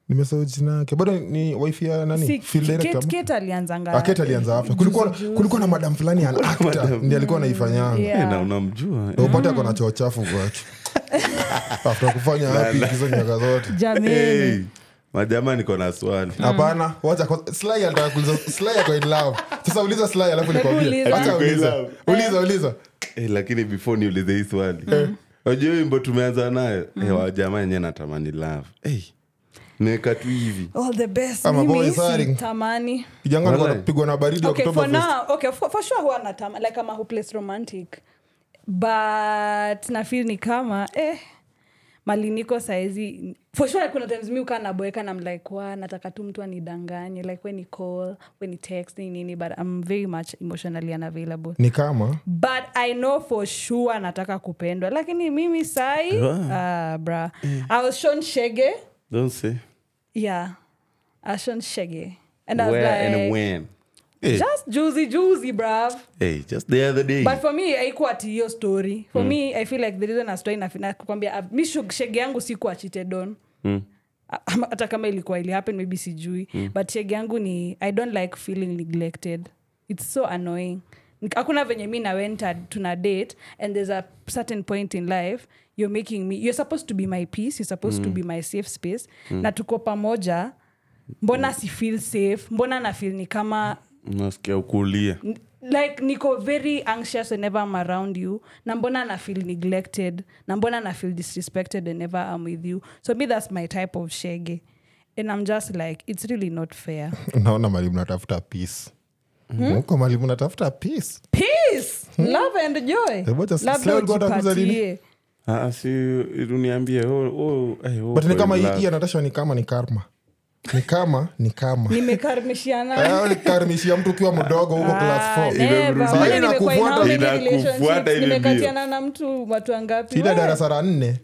nimesahau jina yake bado ni wife ya nani
si-
Field director
Kate-
ama?
Kate alianzanga-
Ah, Kate alianza afya kulikuwa kulikuwa na madam fulani an actor
Madam.
ndi alikuwa anaifanyanga
Yeah.
Eh, na unamjua eh.
Na upate ako na choo chafu kwake after kufanya hapi hizo miaka zote
Jameni.
Hey, majamaa niko na swali
hapana wacha kwa- Sly alitaka kuuliza- Sly ako in love sasa uliza Sly alafu nikwambie
uliza.
wacha
Ako in
uliza
love.
uliza uliza
Eh, lakini before niulize hii swali najua wimbo tumeanza nayo Eh, wajamaa yenyewe natamani love Eh, nimeweka tu hivi
All the best
Ama boy
mimi
sorry.
sitamani
kijana alikuwa
Walai.
anapigwa na baridi
okay, for
Oktoberfest.
now, okay, for, for sure huwa natama like ama hopeless romantic but nafil ni kama eh, maliniko saizi for sure kuna times mi ukaa naboeka na mlike wa nataka tu mtu anidanganye like when he call when he text ni nini but i'm very much emotionally unavailable
ni kama
but i know for sure nataka kupendwa lakini mimi sai ah, bra
Mm.
i was shown shege
don't say
yeah i was shown shege and I was
where
like,
and when Eh,
just juzi juzi brav
eh, just the other day
but for me haikuwa ati hiyo story for me i feel like the reason a story nafina kukwambia ah, mi shug- shege yangu sikuwa cheated on A- ama- hata kama ilikuwa ili happen maybe sijui but shege yangu ni i don't like feeling neglected its so annoying Nik- hakuna venye mi nawenta tuna date and there's a certain point in life you're making me you're supposed to be my peace you're supposed to be my safe space na tuko pamoja mbona si feel safe mbona na feel ni kama
unasikia ukulia
N- like niko very anxious whenever i'm around you na mbona na feel neglected na mbona na feel disrespected whenever i'm with you so me that's my type of shege and i'm just like it's really not fair
naona mali mnatafuta peace
Hmm?
huko mali mnatafuta peace
peace love and joy
Hmm? Eh, wacha
labda
Slay alikuwa atakuza nini?
ujipatie
Ah, si uniambie oh, oh, eh, oh,
but ni
kwa
kama hii
love.
hii ya natasha ni kama ni karma ni kama ni kama
nimekarmishiana Ah,
Eh, nikaribishia mtu ukiwa mdogo huko class
eh,
four.
Imemrudia.
Yaani
Inakufuata hivi
nimekatiana na mtu watu wangapi
ile
Wewe,
darasa la nne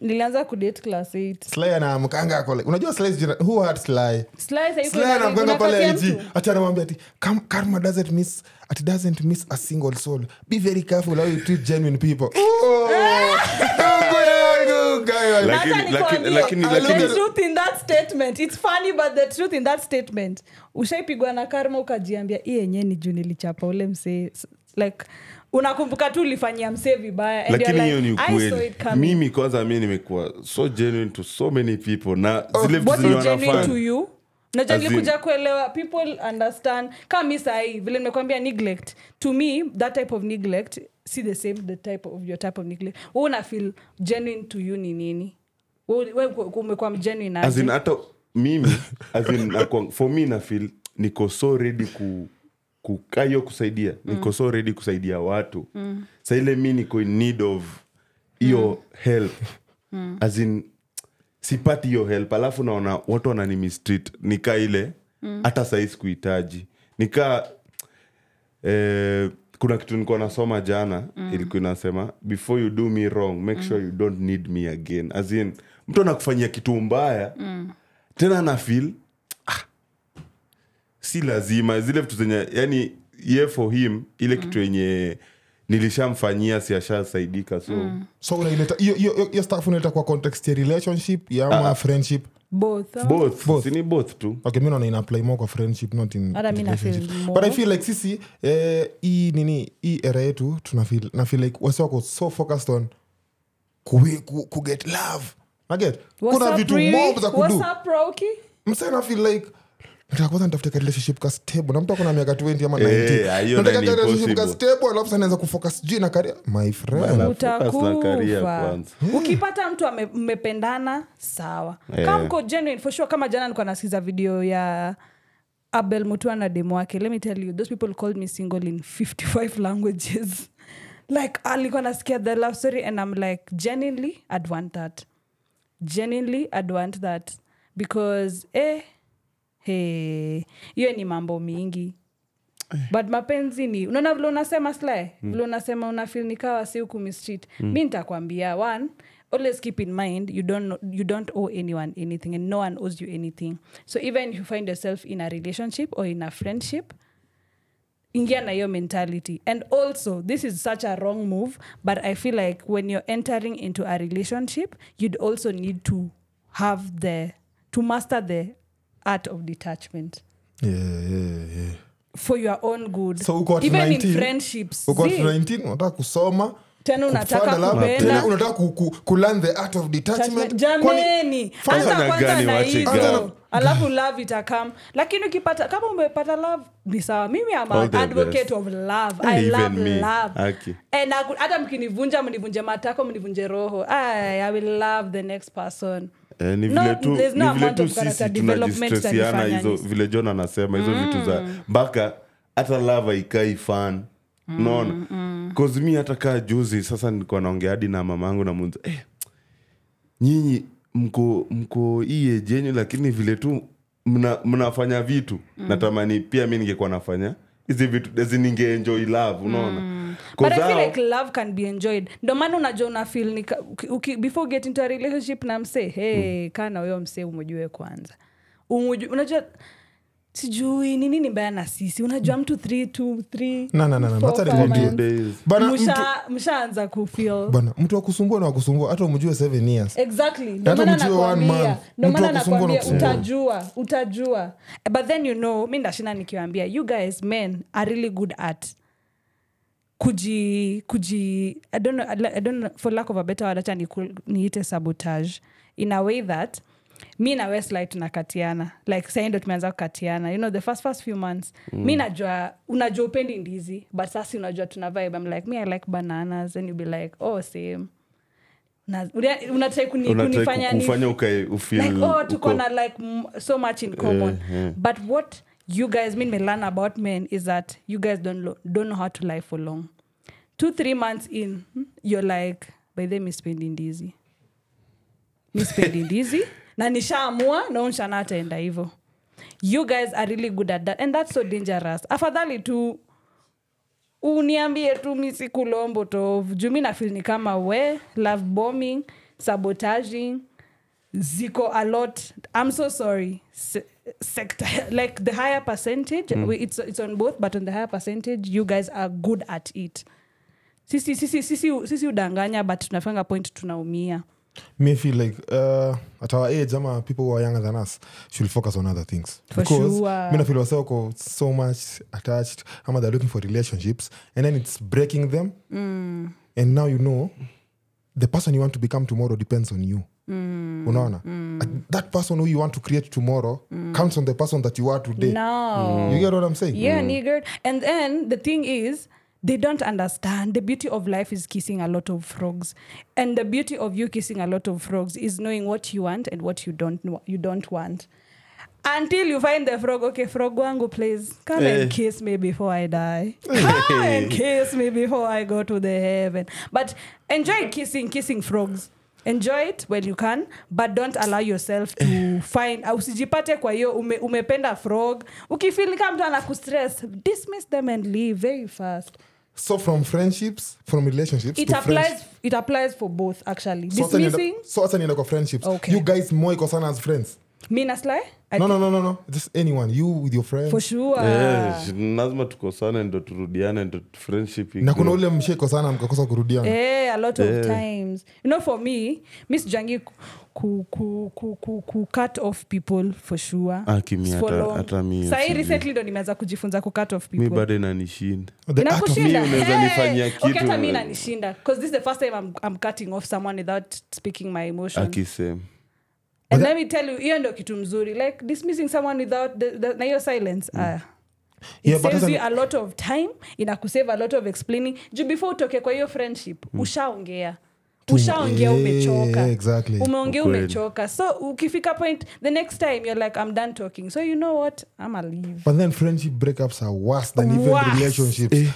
nilianza kudate class eight.
sly anamkanga ako like- unajua Sly is jina- who had Sly?
Slice haiko
Sly
karibu,
anamkanga pale
unakatia
IG
mtu.
ati anamwambia ati "Kam- karma doesn't miss it doesn't miss a single soul be very careful how you treat genuine people Oh! Mungu yangu, guy,
Like-
Hata
Lakini- lakini-
nikwambie,
lakini-
the
lakini-
truth in that statement. It's funny, but the truth in that statement. ushaipigwa na karma ukajiambia hii yenyewe ni juu nilichapa ule msee S- like unakumbuka tu ulifanyia msee vibaya And
lakini
you're
hiyo
like,
ni
"I saw
ukweli
it coming."
mimi kwanza mi nimekuwa so genuine to so many people na zile vitu
Oh, What
zenye
is genuine to
wanafanya
you Unajua
As in-
nilikuja kuelewa people understand kama mi sahii vile nimekwambia neglect to me that type of neglect si the same the type of your type of neglect we una feel genuine to you ni nini We- we- umekuwa genuine
As in,
aje?
hata mimi as in, nakuwa- for me nafil niko so ready ku kukaa hiyo kusaidia
Mm.
niko so ready kusaidia watu mm. saile mi niko in need of hiyo
Mm.
help as in sipati hiyo help alafu naona watu wananimistreat nikaa ile
Mm.
hata sahii sikuhitaji nikaa eh, kuna kitu nilikuwa nasoma jana mm. ilikuwa inasema before you do me wrong make sure you don't need me again as in mtu anakufanyia kitu mbaya mm. tena na feel "Ah, si lazima zile vitu zenye yani ye for him ile kitu yenye nilishamfanyia siashasaidika so mm.
so unaileta hiyo- hiyo hiyo- hiyo stuff unaileta kwa context ya relationship ya ama friendship
both huh?
both,
Both.
sini both tu
okay mi naona ina apply more kwa friendship not in
Hata mi na feel
relationship.
more.
but i feel like sisi eh, hii nini hii era yetu tuna feel na feel like wasi wako so focused on kuwi- ku, ku get love na get
What's
kuna
up,
vitu
Riri?
mob za kudu
What's up, Rocky?
msa na feel like nataka kwanza nitafute ka relationship ka stable na mtu ako na miaka 20 ama 90
Eh, hiyo
nataka
ni
ka relationship ka
impossible.
stable alafu sanaanza kufocus juu na career my friend
Bana. focus na career
utakufa
kwanza.
ukipata mtu ame- mmependana sawa
Yeah.
kama mko genuine for sure kama jana nilikuwa nasikiza video ya abel mutua na demo wake let me tell you those people called me single in 55 languages like alikuwa nasikia the love story and i'm like genuinely i'd want that genuinely i'd want that because eh hey hiyo ni mambo mingi but mapenzi ni unaona vile unasema sly vile unasema unafil nikawa si huku mistreat mi nitakwambia one always keep in mind you don't, know- you don't owe anyone anything and no one owes you anything so even if you find yourself in a relationship or in a friendship ingia na hiyo mentality and also this is such a wrong move but i feel like when you're entering into a relationship you'd also need to have the to master the art of detachment
yeah, yeah, yeah.
for your own good
So uko at
even
19,
in friendships
uko at
see,
19 unataka kusoma
tena
Kufanda
unataka
labda, tena
kupenda
unataka ku- ku- ku learn the art of detachment. Kwani-
jameni
Kwanza
anza
na
kwanza
gani
na
waache
gani?
hizo alafu love itakam lakini ukipata kama umepata love ni sawa mimi am
All
an
the best.
advocate of love
And
i
even
love
me.
love
Aki.
and aku- hata mkinivunja mnivunje matako mnivunje roho I, i will love the next person
Eh, ni
No,
vile tu,
there's no
ni vile
amount
tu
of character
sisi
development Mm.
tunajistresiana
itanifanya
hizo
nisi-
vile john anasema hizo vitu za mpaka hata lava ikai fan unaona mm. mi hata kaa juzi sasa nilikuwa naongea hadi na mamangu na munza eh, nyinyi mko mko hii age yenyu lakini vile tu mna, mnafanya vitu
Mm.
natamani pia mi ningekuwa nafanya hizi vitu zi ningeenjoi love unaona
Mm. but
'Cause
i feel
hao-
like love can be enjoyed ndo maana unajua una feel ni ka- uki- uki- before you get into a relationship na msee hey,
Hmm.
kaa na huyo msee umujue kwanza Umuju- unajua sijui ni nini mbaya na sisi unajua mtu three, two, three,
Na, na, na, na,
four,
wacha
five
nikwambie.
months.
days.
Bana, mtu-
Msha- mshaanza kufeel
bana, mtu akusumbua na wakusumbua hata umjue seven years
exactly Ndio
Hata
maana
mjue one
nakwambia-
month,
ndio
mtu
maana
akusumbua
nakwambia
anakusumbua.
utajua utajua but then you know mi ndashina nikiwambia you guys men are really good at kuji kuji I don't know, I don't know, for lack of a better word acha niku- niite sabotage in a way that mi na wesli tunakatiana like sai ndo tumeanza kukatiana you know the first first few months mi najua unajua upendi ndizi but sasi unajua tuna vibe I'm like me i like bananas and you be like oh same Na- una- unatrai kuni- kunifanya ni-
unatufanya ukae
like
ufeel
oh
uko-
tuko na like m- so much in common but what you guys mean me learn about men is that you guys don't lo- don't know how to lie for long two three months in hmm, you're like by them is spending dizzy mi spending dizzy na nishaamua naushana ataenda hivo you guys are really good at that and that's so dangerous afadhali tu uniambie tu mi si kulombo to jumi nafil ni kama we love bombing sabotaging ziko a lot i'm so sorry Se- sector like the higher percentage we, it's, it's on both but on the higher percentage you guys are good at it sisi sisi sisi sisi udanganya but tunafanga point tunaumia
me feel like uh, at our age ama people who are younger than us should focus on other things
For sure.
mina feel wase wako so much attached ama they're looking for relationships and then it's breaking them
Mm.
and now you know the person you want to become tomorrow depends on you
Mm.
unaona And that person who you want to create tomorrow counts on the person that you are today
Mm. no
you get what i'm saying
yeah nigger and then the thing is they don't understand the beauty of life is kissing a lot of frogs and the beauty of you kissing a lot of frogs is knowing what you want and what you don't know, you don't want until you find the frog okay frog wangu please come
Eh.
and kiss me before i die
Eh.
come and kiss me before i go to the heaven but enjoy kissing kissing frogs enjoy it when you can but don't allow yourself
Eh.
to find uh, usijipate kwa hiyo ume, umependa frog ukifili kama mtu anakustress dismiss them and leave very fast
so from friendships from relationships
it
to friends-
applies, it applies for both actually
So hata nienda-
dismissing
so hata nienda kwa friendships
Okay.
you guys moiko sana as friends
me nasly
no, no, no, no, no. Just anyone. You with your friends.
for sure
Eh, sh- lazima tukosane ndo turudiane ndo friendship
na kuna
igrow.
ule msheko sana mkakosa kurudiana
Eh, a lot
Eh.
of times you know for me miss jangi ku, ku, ku, ku, ku cut off people for sure
Ah, kimi,
For
hata-
long.
hata mi
Sahi
sijui.
recently ndo nimeanza kujifunza ku cut off
mi
people
bado inanishinda
The act of-
Inakushinda?
Mi unaweza nifanyia
Eh, okay,
kitu.
hata mi inanishinda. 'Cause this is the first time I'm, I'm cutting off someone without speaking my emotions.
Ah, akisema
and let me tell you hiyo ndio kitu mzuri like dismissing someone without the, the, na hiyo silence ah. It
Mm. Yeah, but
saves
hata-
you a lot of time inakusave a lot of explaining juu before utoke kwa hiyo friendship ushaongea ushaongea umechoka
Mm. Yeah, exactly.
umeongea
Ukweli.
umechoka so ukifika point the next time you're like i'm done talking so you know what i'm a leave
but then friendship breakups are worse than even
Worse.
relationships
Eh.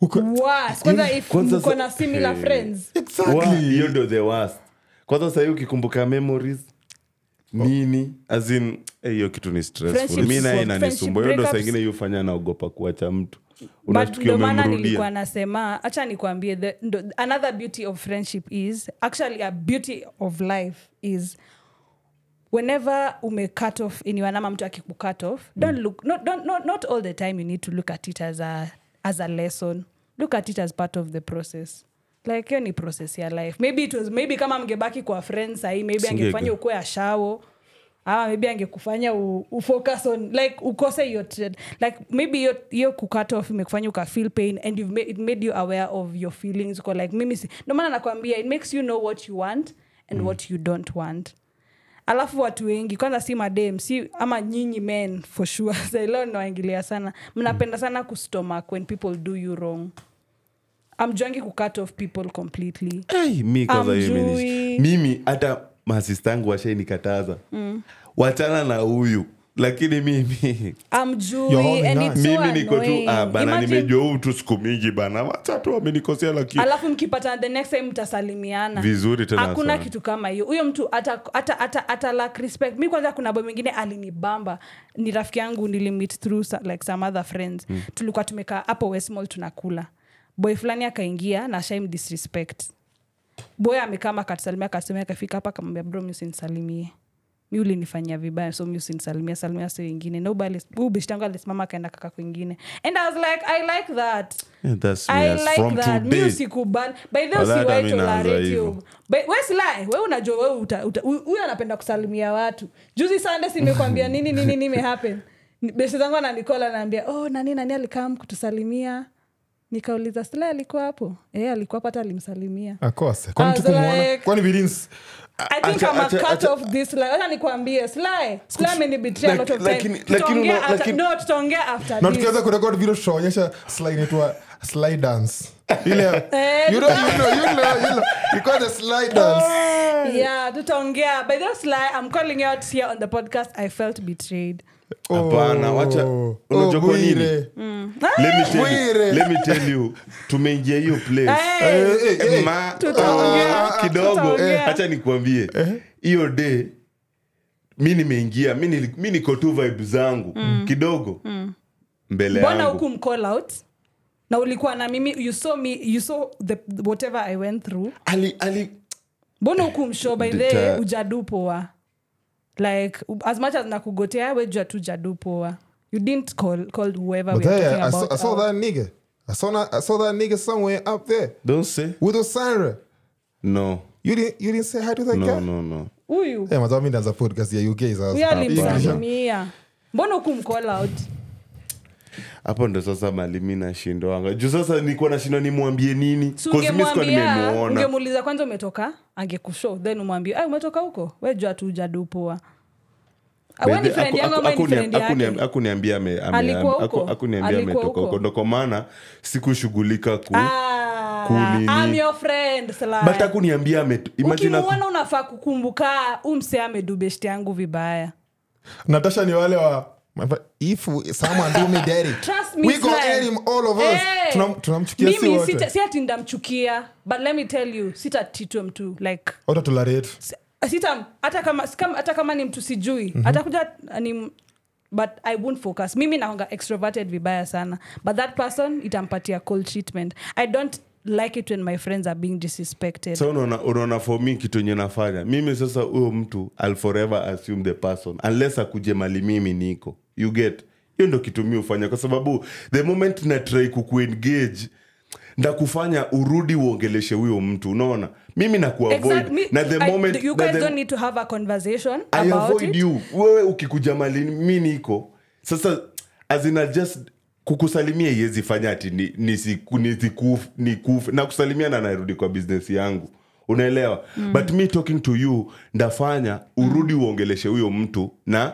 Uko-
Worse. kwanza if
Kwanza
mko
sa-
na similar
Eh.
friends
Wa-
exactly
hiyo ndio the worst kwanza sahii ukikumbuka memories nini as in eh, hiyo kitu ni stressful
Friendships
mi naye
work,
inanisumbua hiyo ndo
friendship
saingine yufanya naogopa kuacha mtu
but ndo maana
unatukio
nilikuwa nasema hacha nikwambie the- ndo- another beauty of friendship is actually a beauty of life is whenever ume cut off anyone ama mtu akiku cut off don't look not, don't, not, not all the time you need to look at it as a, as a lesson look at it as part of the process like hiyo ni process ya life maybe it was, maybe kama mngebaki kwa friend sahii maybe
Singeka.
angefanya ukuwe ashao ama Ah, maybe angekufanya u- ufocus on like ukose hiyo trend like maybe hiyo- hiyo kucut off imekufanya ukafeel pain and you've made, it made you aware of your feelings uko like mimi si- ndo maana nakwambia it makes you know what you want and what you don't want alafu watu wengi kwanza si madem si ama nyinyi men for sure saileo nawaingilia sana mnapenda sana kustomak when people do you wrong amjuangi kucut off people completely
Ai, Eh, mi kwanza hiyo imeni-
Amjui.
mimi hata masistangu washainikataza wachana na huyu lakini mimi
You're
amjui
holding
and
on.
it's so
mimi niko tu
annoying.
ah, bana
Imagine-
nimejua huu tu siku mingi bana wacha tu amenikosea lakini
alafu mkipatana the next time mtasalimiana
Vizuri tena
hakuna
sana.
kitu kama hiyo huyo mtu ata, ata, ata, ata lack respect mi kwanza kuna boy mwingine alinibamba ni rafiki yangu nilimit through so- like some other friends
Hmm.
mm. tulikuwa tumekaa hapo westmall tunakula boy fulani akaingia na shaim disrespect boy amekaa akatusalimia akatusalimia akafika hapa akamwambia bro mi usinisalimie mi ulinifanyia vibaya so mi usinisalimia salimia si wengine naubishtangu alisimama akaenda kaka kwingine and i was like i like that
Yeah, Eh, that's me,
I
as
like
from
that. Mi
today.
usikubali. By the way,
Wala hata
usiwahi
mi naanza
tolerate
hivyo.
you. By- we usilie. We unajua we uta- uta- hu- huyu anapenda kusalimia watu juzi sunday simekwambia nini nini nini imehappen. Ni- besti zangu ananikola anaambia oh, nani nani alikam kutusalimia nikauliza sila alikuwa hapo e, alikuwa hapa hata alimsalimia
akose Ah, kwani
I was
tukumuona
like-
kwani we didn't s-
I think
Acha-
I'm a
acha-
cut
acha-
off this lie. Wacha nikwambie Sly, Sly amenibetray a
Laki-
lot of time.
lakini- lakini
Tutaongea
una-
after-
lakini-
no, tutaongea after
na
this.
tukiweza kurekod video tutaonyesha slide inaitwa slide dance ile
Eh,
you know, you know, you know, you know. You call the slide dance
yeah tutaongea by this lie i'm calling you out here on the podcast i felt betrayed
Hapana,
Oh.
wacha-
Oh,
unajua kwa nini?
Bwire.
Mm.
Let me tell you-
Bwire.
let me tell you tumeingia hiyo place
Hey,
Eh, eh, eh.
Ma-
Tutaongea,
Ah, kidogo
tutaongea.
Eh.
hacha nikuambie hiyo day mi nimeingia mi nili- mi niko tu vibe zangu kidogo mbele
Mm. mbona
yangu
huku mcall out na ulikuwa na mimi you saw me you saw the, whatever i went through
ali, ali,
mbona huku msho by the way
Dita-
ujadupoa like as much as nakugotea wejua tu jadupoa you didn't call, call whoever
But
we are
hey,
talking
I, saw,
about uh,
I saw
out.
that nigga. I saw that, I saw that nigga somewhere up there
don't say
with Osandra.
no
You didn't you didn't say hi to that guy?
no no no
huyu
Hey, mazao mi ndaanza podcast ya UK sasa.
Oh, huyu
English.
alimsamia mbona huku mcall out
hapo ndo sasa malimi nashindwanga juu sasa nikuwa nashindwa nimwambie nini 'Cause
Si
mi sikuwa
ungemwambia
nimemuona
ungemuuliza kwanza umetoka angekushow then umwambie "Ai, umetoka huko wejua tu ujadupoa we ni friend yangu ama ni friend yake
akuniambia
Alikuwa huko? Alikuwa
ametoka huko
huko?
ndoko maana sikushughulika ku
Ah,
kunini.
I'm your friend, Sly.
but akuniambia ame- imagine aku-
ukimuona unafaa kukumbuka umse amedubeshti yangu vibaya
natasha ni wale wa my fa- if we- someone do me dirty
Trust me,
we go
Sly.
air him all of us
Eh,
Tunam- tunamchukia si
mimi sita-
wote
si ati ndamchukia but let me tell you sitatitwa mtu like
hata tolerate
si- sita hata kama, si kama- hata kama ni mtu sijui
Mhm.
atakuja ni but i won't focus mimi naonga extroverted vibaya sana but that person itampatia cold treatment i don't like it when my friends are being disrespected
Sa unaona- unaona for me kitu enye nafanya mimi sasa huyo mtu I'll forever assume the person unless akuje mali mimi niko you get hiyo ndo kitu mi hufanya kwa sababu the moment natrai kukuengage ndakufanya urudi uongeleshe huyo mtu unaona mimi nakuavoid
Exact- me-
na the
I-
moment
you
na
guys
the-
don't need to have a conversation
I
about
avoid
it
you wewe ukikuja mali mi niko sasa azina just kukusalimia iwezi fanya ati ni- nisiku- nisikufu- nikufu na kusalimia na narudi kwa business yangu unaelewa
Mm.
but me talking to you ndafanya urudi uongeleshe huyo mtu na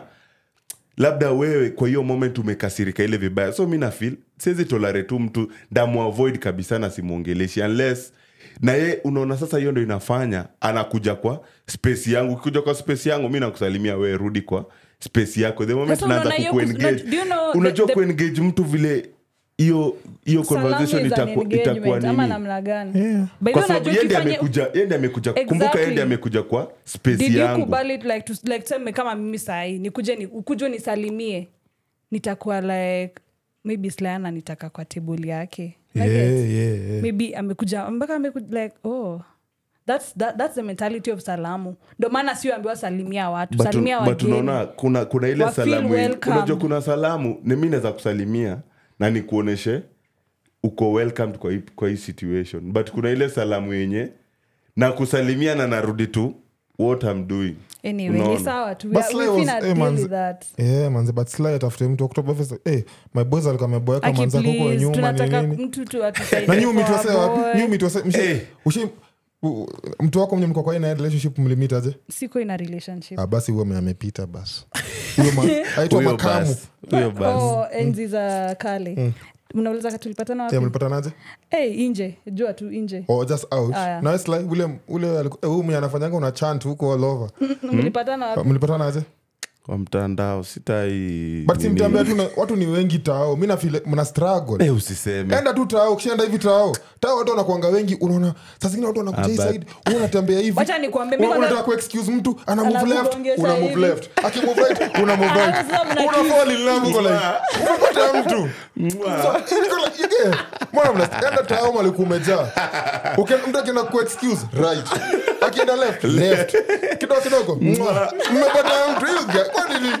labda wewe kwa hiyo moment umekasirika ile vibaya so mi nafil siwezi tolare tu mtu ndamwavoid kabisa na simwongeleshi unless na ye unaona sasa hiyo ndo inafanya anakuja kwa space yangu ukikuja kwa space yangu mi nakusalimia wewe rudi kwa space yako the moment
Sasa unaona
naanza
hiyo
kukuengage
kus- do you know the-
unajua
the-
kuengage mtu vile hiyo hiyo conversation
Salamu is an
itakuwa itakuwa
engagement, ama
nini
namna gani
Yeah.
By the
kwa
way,
sababu
unajua
yeye ndiye
ukifanya-
amekuja yeye ndiye amekuja kumbuka yeye ndiye amekuja kwa space
did you
yangu
kubali it like, to, like tuseme kama mimi sahii nikuje ni, ukuje nisalimie nitakuwa like maybe slana nitaka kwa tebuli yake Like,
yeah, yeah, yeah.
maybe amekuja mpaka amekuja like oh That's, that, that's the mentality of salamu ndo maana sioambiwa salimia watu
But un-
salimia
but
wageni
unaona kuna, kuna ile
Wa feel
salamu yenye-
welcome.
unajua kuna salamu ni mi naweza kusalimia na nikuoneshe uko welcomed kwa hii, kwa hii situation but kuna ile salamu yenye na kusalimia na narudi tu what I'm doing
anyway ni
Unaona.
sawa tu
But Sly was- eh, manzi-
tuaat
Yeah, manze but sly atafute mtu oktobafest hey, my boys alikuwa ameboeka manzako huko nyuma ni
tunataka
nini
mtu tu
na
atusaidie
nyu
kwa
mitwase
boy.
wapi nyu mitwase mshi-
Hey.
ushi u- mtu wako mwenye mko kwa ina relationship mlimitaje
siko ina relationship
ah, basi huyo mwenye amepita basi Huyo ma- aitwa
Huyo
makamu
basi, huyo basi.
Mm.
Oh, enzi za kale mnauliza tulipatana wapi
Eh, mlipatanaje
hey, nje jua tu nje
or Oh, just out
Aya.
na sly ule ule aliku- eh, huyu mwenye anafanyanga una chant huko all over Ah,
mlipatana wapi
mlipatanaje
kwa mtandao sitai
but si
nini.
mtambea tu na- watu ni wengi tao mi nafile mna struggle
Eh, usiseme
enda tu tao kishaenda hivi tao tao watu wanakuanga wengi unaona saa zingine watu wanakuja hii
Ah, but-
side wewe unatembea hivi
Wacha nikwambie, mi
Una-
kwanza-
unataka kuexcuse mtu ana move left
Anakugongesha
una move
hivi.
left aki move right una move right
Ah, Sasa mna
una
kiss.
fall in love uko like umepata mtu
Mwah.
So, niko like, yeah. mbona mna- enda tao maliku umejaa Uki- mtu akienda kuexcuse right akienda left left kidogo kidogo mwah. mmepata mtu hiyo ga- kwa nini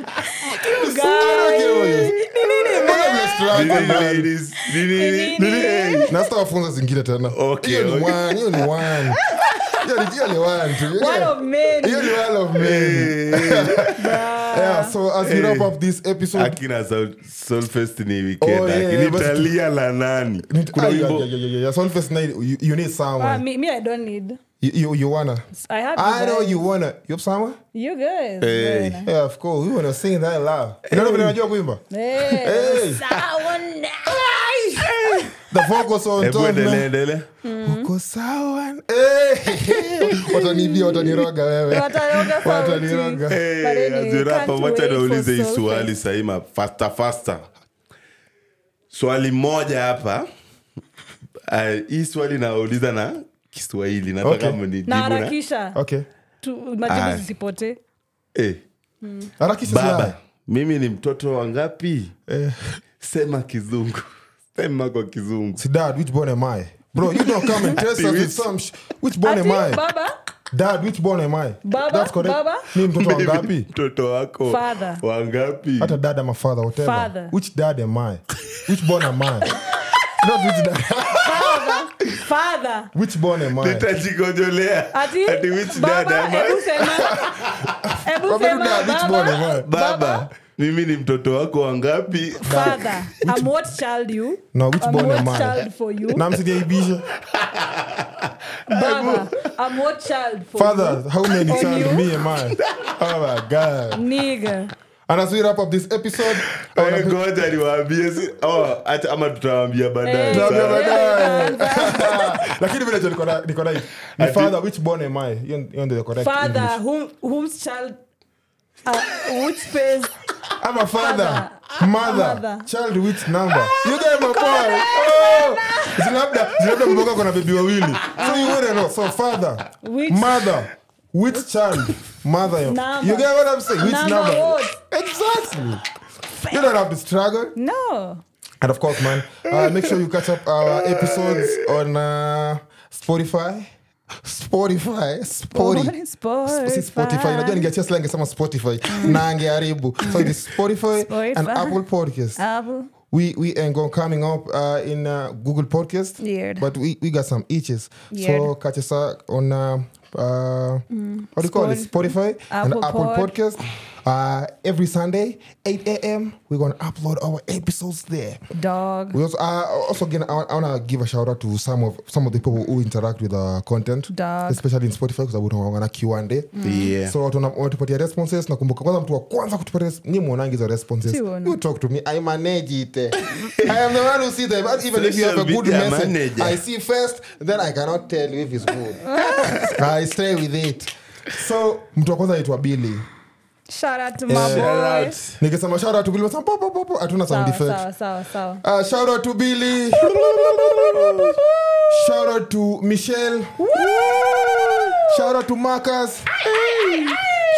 Usiweke- Mbona mna struggle,
Nini,
man?
ladies? Nini?
Nini?
nastawafunza zingine tena
Okay,
Hiyo ni
okay.
one, hiyo ni one. Hiyo ni- hiyo ni one tu.
One of many.
Hiyo ni one of many.
Eh,
Yeah, so as we wrap up this episode,
akina Sol- Solfest ni weekend
Oh, yeah,
aki.
yeah,
nitalia la nani
nit-
kuna
ah, yeah,
wimbo-
yeah, yeah, yeah, yeah. So on first night, you- you need
Ah,
someone.
me, me i don't need
You- you- you wanna.
i have
I know
guys.
you wanna. You have someone?
you guys
Hey.
bwana.
Yeah, of course. We wanna sing that loud. Unaona vile najua kuimba?
Hey,
Hey.
sawa na-
The vocals on
Hebu
top,
endele,
man.
endele.
Mm-hmm.
Uko sawa? Hey. Watanibia, wataniroga wewe.
Wataroga sauti.
Wataniroga.
Eh,
But anyway,
Azira, hapa
can't
wacha
wait for
naulize hii
Soulfest.
swali sahii ma- fasta fasta swali moja hapa Ah, hii swali nauliza na kiswahili nataka
Okay.
mnijibu na-
naharakisha
Okay.
Tu- majibu
Ah.
zisipote
Eh,
harakisha
baba
siaya.
mimi ni mtoto wa ngapi
Eh.
sema kizungu sema kwa kizungu
Si dad, which born am I? Bro, you don't come and test us with some sh- which born am
Ati,
I?
baba
Dad, which born am I?
Baba,
That's correct.
baba.
Ni mtoto wa
Mimi
ngapi?
mtoto wako
Father.
wa ngapi
Hata dad ama father, whatever.
Father.
Which dad am I? Which born am I? Not which dad.
father
Which born am I?
nitajikojolea
ati
ati which
baba,
dad am I?
hebu sema hebu
Wape tu
sema
dad, which born am I?
baba
baba mimi ni mtoto wako wa ngapi
father i'm what child you
No, which
i'm
born
what
am I?
child for you
é Na msijaibisha.
baba i'm what child for
Father, how many
On you?
times me am I? Oh my God.
you nigga
And as we wrap up this episode, I wanna
Eh, ngoja niwaambie si- oh, hata- ama tutawaambia baadaye
Eh,
Tuambie
sawa.
yeah,
baadaye.
yeah,
lakini vile ndio niko na- niko na hivi. Ni
Ati-
father, which born am I? Hiyo hiyo ndio correct
father
English.
whom, whose child uh, which face
I'm a father, mother,
Mother.
child which number? You guys are poor. Oh. Si labda si labda mboga kuna bibi wawili. So you wouldn't know. So father,
Which-
mother, which child, mother.
Number.
You get what I'm saying? Which
Number
number?
what?
Exactly. You don't have to struggle.
no
And of course, man, uh, make sure you catch up our episodes on uh, Spotify. Spotify, Spotify. Si spotify unajua ningeachia sila ningesema spotify na angeharibu so it is spotify
Spotify. Ah.
and apple podcast
Apple.
we we ain't gonna coming up uh, in uh, google podcast
Weird.
but we, we got some itches so
Weird. Mm.
catch us uh, on uh, uh, what do you call it spotify
Apple
and apple
Pod.
podcast uh, every sunday 8 a.m we're gonna upload our episodes there
dog
we also uh, also again I, I want to give a shout out to some of some of the people who interact with our content
Dog. Mm.
especially in Spotify kwa sababu tunaongana Q&A
Yeah.
so watu wana- wanatupatia responses nakumbuka kwanza mtu wa kwanza kutupa res- ni muonangi za responses
Si uona.
you talk to me I manage it eh. I am the one who see them but even if you have a
Social
good
media
message
manager.
I see first then I cannot tell you if it's good I stay with it so mtu wa kwanza aitwa Billy
shout out to my
Yeah.
Shout
boy
out.
nikisema shout out to Billy wasema, "Po, po, po, po," hatuna sound
sawa
effect
sawa sawa sawa
Uh, shout out to Billy. shout out to Michelle. shout out to Marcus.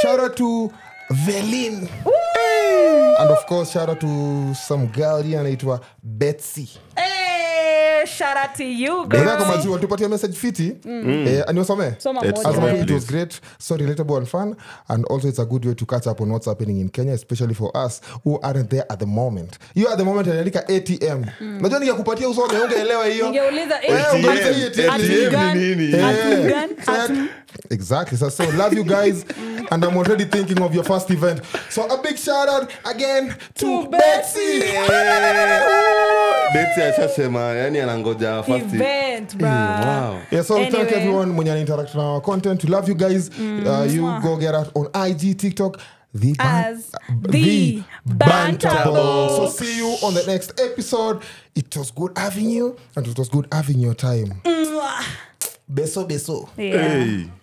shout out to Velin. and of course, shout out to some girl here anaitwa Betsy.
hey shout out to you
Wenzako
girl
majua tupatie message fiti. Eh, aniwasomee.
soma
It's
moja
As much
wewe.
Yeah.
as it was great, so relatable and fun, and also it's a good way to catch up on what's happening in Kenya, especially for us who aren't there at the moment. You at the moment aliandika ATM. Najua ningekupatia usome ungeelewa hiyo.
Ningeuliza, eh,
Eh,
ATM,
ungeelewa ATM.
at Mugan,
ni nini?
at
Yeah.
Mugan, at
Yeah. Exactly. So, so love you guys, and I'm already thinking of your first event. So a big shout out again to,
To
Betsy.
Betsy.
beti ashasema yani anangoja first-
event bro
wow.
Yeah, so thank
Anyway. Mm,
everyone mwenye interact na our content. We love you guys. Uh, you go get out on IG, TikTok, the Ban-
As
uh,
the Bantabo.
So see you on the next episode. It was good
Mm.
having you, and it was good having your time.
Mwah.
Beso beso.
yeah
Hey.